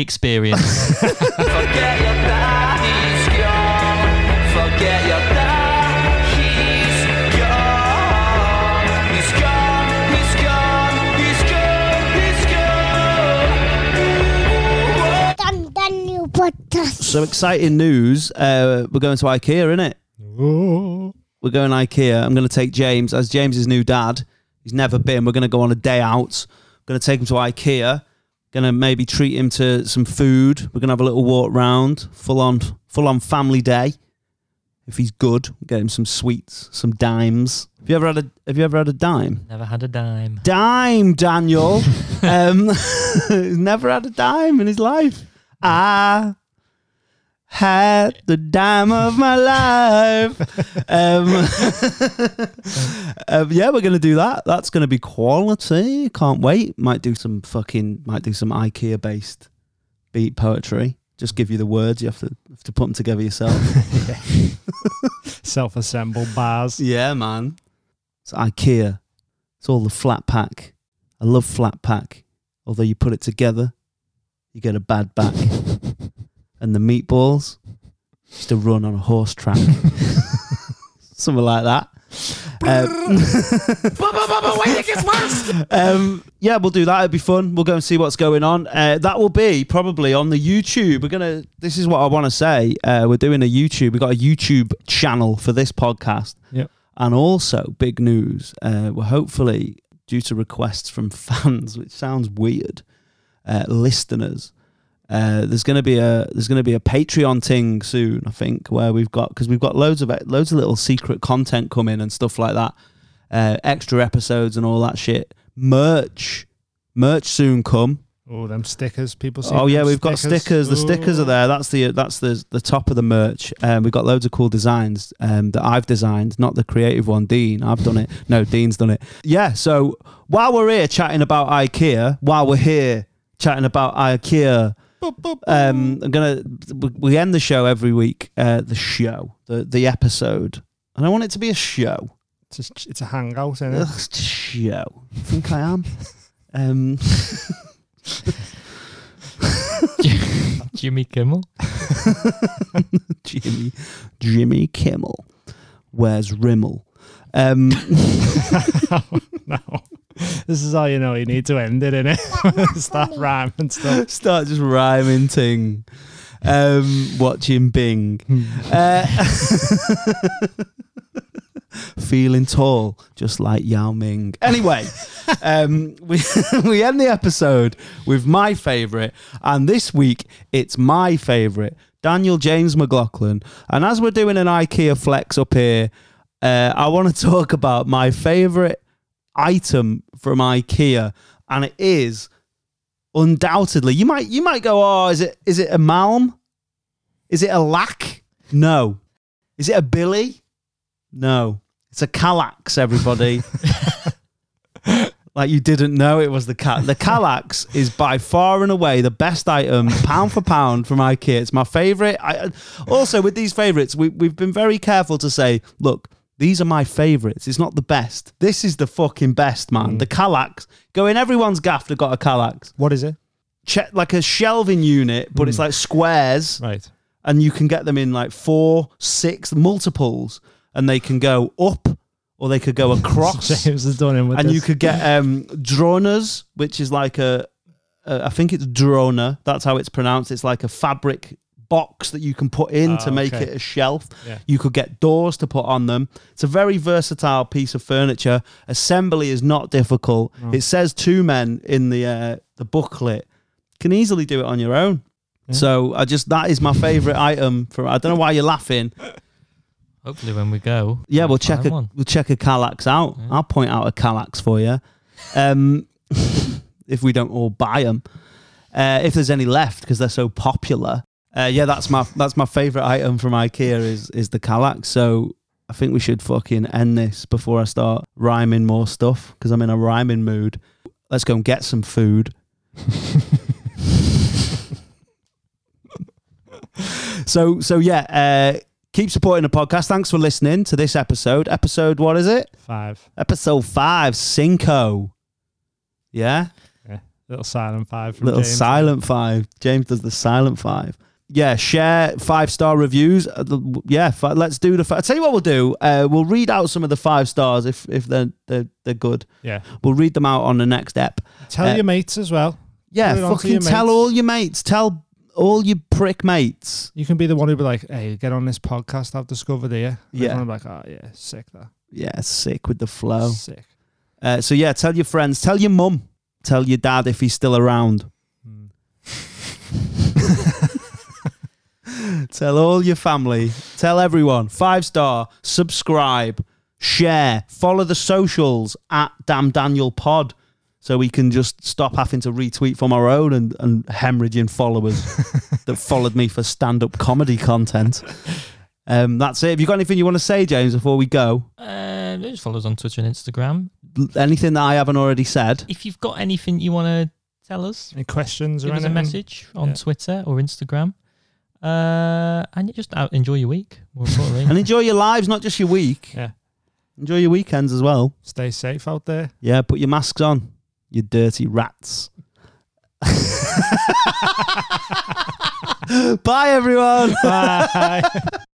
Speaker 5: experience.
Speaker 7: Forget your that he's gone. Forget your that he's gone. He's gone. He's gone. He's gone. He's gone. Ooh.
Speaker 4: Dan Daniel Podcast.
Speaker 1: So exciting news. Uh, we're going to IKEA, innit?
Speaker 3: Oh.
Speaker 1: We're going IKEA. I'm going to take James as James's new dad. He's never been. We're going to go on a day out. going to take him to IKEA. Going to maybe treat him to some food. We're going to have a little walk round. Full on, full on family day. If he's good, get him some sweets, some dimes. Have you ever had a Have you ever had a dime?
Speaker 5: Never had a dime.
Speaker 1: Dime, Daniel. um, he's never had a dime in his life. I had the dime of my life. Um, um, yeah, we're gonna do that. That's gonna be quality. Can't wait. Might do some fucking. Might do some IKEA based beat poetry. Just give you the words. You have to have to put them together yourself.
Speaker 3: Self-assembled bars.
Speaker 1: Yeah, man. It's IKEA. It's all the flat pack. I love flat pack. Although you put it together, you get a bad back. and the meatballs, just a run on a horse track. Something like that. Um, um, yeah, we'll do that. It'll be fun. We'll go and see what's going on. Uh, that will be probably on the YouTube. We're gonna. This is what I want to say. Uh, we're doing a YouTube. We got a YouTube channel for this podcast.
Speaker 3: Yep.
Speaker 1: And also, big news. Uh, we're hopefully due to requests from fans, which sounds weird. Uh, listeners, uh, there's gonna be a there's gonna be a Patreon thing soon. I think where we've got because we've got loads of e, loads of little secret content coming and stuff like that uh, extra episodes and all that shit. Merch, merch soon come.
Speaker 3: Oh, them stickers. People see.
Speaker 1: Oh yeah,
Speaker 3: them
Speaker 1: we've got stickers. The stickers are there. That's the that's the the top of the merch. Um, we've got loads of cool designs um, that I've designed, not the creative one. Dean, I've done it. No, Dean's done it. Yeah. So while we're here chatting about IKEA, while we're here chatting about IKEA, um, I'm gonna we- we end the show every week. Uh, the show, the the episode. And I want it to be a show.
Speaker 3: It's a, it's a hangout, isn't it?
Speaker 1: Ugh, it's a show. I think I am. Um,
Speaker 5: Jimmy Kimmel.
Speaker 1: Jimmy, Jimmy Kimmel wears Rimmel. Um,
Speaker 3: no. This is all you know. You need to end it, innit? Stop rhyming and stuff.
Speaker 1: start just rhyming ting. Um, watching Bing. Uh, feeling tall, just like Yao Ming. Anyway, um, we, we end the episode with my favourite, and this week it's my favourite, Daniel James McLaughlin. And as we're doing an IKEA flex up here, uh, I want to talk about my favourite item from IKEA, and it is undoubtedly you might you might go oh is it is it a malm is it a lack no is it a billy no it's a calax everybody like you didn't know it was the cat the calax is by far and away the best item pound for pound from ikea it's my favorite I, also with these favorites we, we've been very careful to say look these are my favorites it's not the best this is the fucking best man the calax go in everyone's gaff that got a calax
Speaker 3: What is it?
Speaker 1: che- like a shelving unit, but it's like squares,
Speaker 3: Right.
Speaker 1: and you can get them in like four, six multiples, and they can go up or they could go
Speaker 3: Oh,
Speaker 1: across,
Speaker 3: James has done him with
Speaker 1: and
Speaker 3: this.
Speaker 1: you could get um droners, which is like a, a I think it's droner. That's how it's pronounced. It's like a fabric box that you can put in to make
Speaker 3: Ah, okay.
Speaker 1: it a shelf.
Speaker 3: Yeah.
Speaker 1: You could get doors to put on them. It's a very versatile piece of furniture. Assembly is not difficult. It says two men in the uh, the booklet. Can easily do it on your own. So I just that is my favorite item. For I don't know why you're laughing.
Speaker 5: Hopefully, when we go,
Speaker 1: Yeah,
Speaker 5: we'll
Speaker 1: we'll check
Speaker 5: find
Speaker 1: a
Speaker 5: one.
Speaker 1: we'll check a Calax out. I'll point out a Calax for you. Um, if we don't all buy them, uh, if there's any left because they're so popular. Uh, yeah, that's my that's my favorite item from IKEA is is the Calax. So I think we should fucking end this before I start rhyming more stuff because I'm in a rhyming mood. Let's go and get some food. so so yeah, uh, keep supporting the podcast. Thanks for listening to this episode. Episode what is it?
Speaker 3: five.
Speaker 1: Episode five, Cinco. Yeah,
Speaker 3: Little silent five from
Speaker 1: little
Speaker 3: James.
Speaker 1: silent five. James does the silent five. Yeah, share five star reviews. Uh, the- Yeah, fi- let's do the. Fi- I tell you what we'll do. Uh, we'll read out some of the five stars if if they're they're, they're good.
Speaker 3: Yeah.
Speaker 1: We'll read them out on the next ep.
Speaker 3: Tell
Speaker 1: Uh,
Speaker 3: your mates as well.
Speaker 1: Yeah,
Speaker 3: Put it on to
Speaker 1: fucking
Speaker 3: your
Speaker 1: tell
Speaker 3: mates.
Speaker 1: all your mates. Tell all your prick mates.
Speaker 3: You can be the one who'd be like, "Hey, get on this podcast I've discovered here." And
Speaker 1: Yeah.
Speaker 3: everyone will be like, "Oh yeah, sick that,
Speaker 1: Yeah, sick with the flow.
Speaker 3: sick."
Speaker 1: Uh, so yeah, tell your friends, tell your mum, tell your dad if he's still around. tell all your family, tell everyone. Five star, subscribe, share, follow the socials at Damn Daniel Pod, so we can just stop having to retweet from our own and, and hemorrhaging followers that followed me for stand up comedy content. Um, that's it. Have you got anything you want to say, James, before we go?
Speaker 5: Uh, just follow us on Twitter and Instagram.
Speaker 1: L- Anything that I haven't already said?
Speaker 5: If you've got anything you want to tell us,
Speaker 3: Any questions
Speaker 5: give
Speaker 3: or
Speaker 5: us a
Speaker 3: anything?
Speaker 5: message on
Speaker 3: Yeah.
Speaker 5: Twitter or Instagram. Uh, and you just out enjoy your week. More importantly,
Speaker 1: and enjoy your lives, not just your week.
Speaker 3: Yeah.
Speaker 1: Enjoy your weekends as well.
Speaker 3: Stay safe out there.
Speaker 1: Yeah, put your masks on, you dirty rats. Bye, everyone.
Speaker 3: Bye.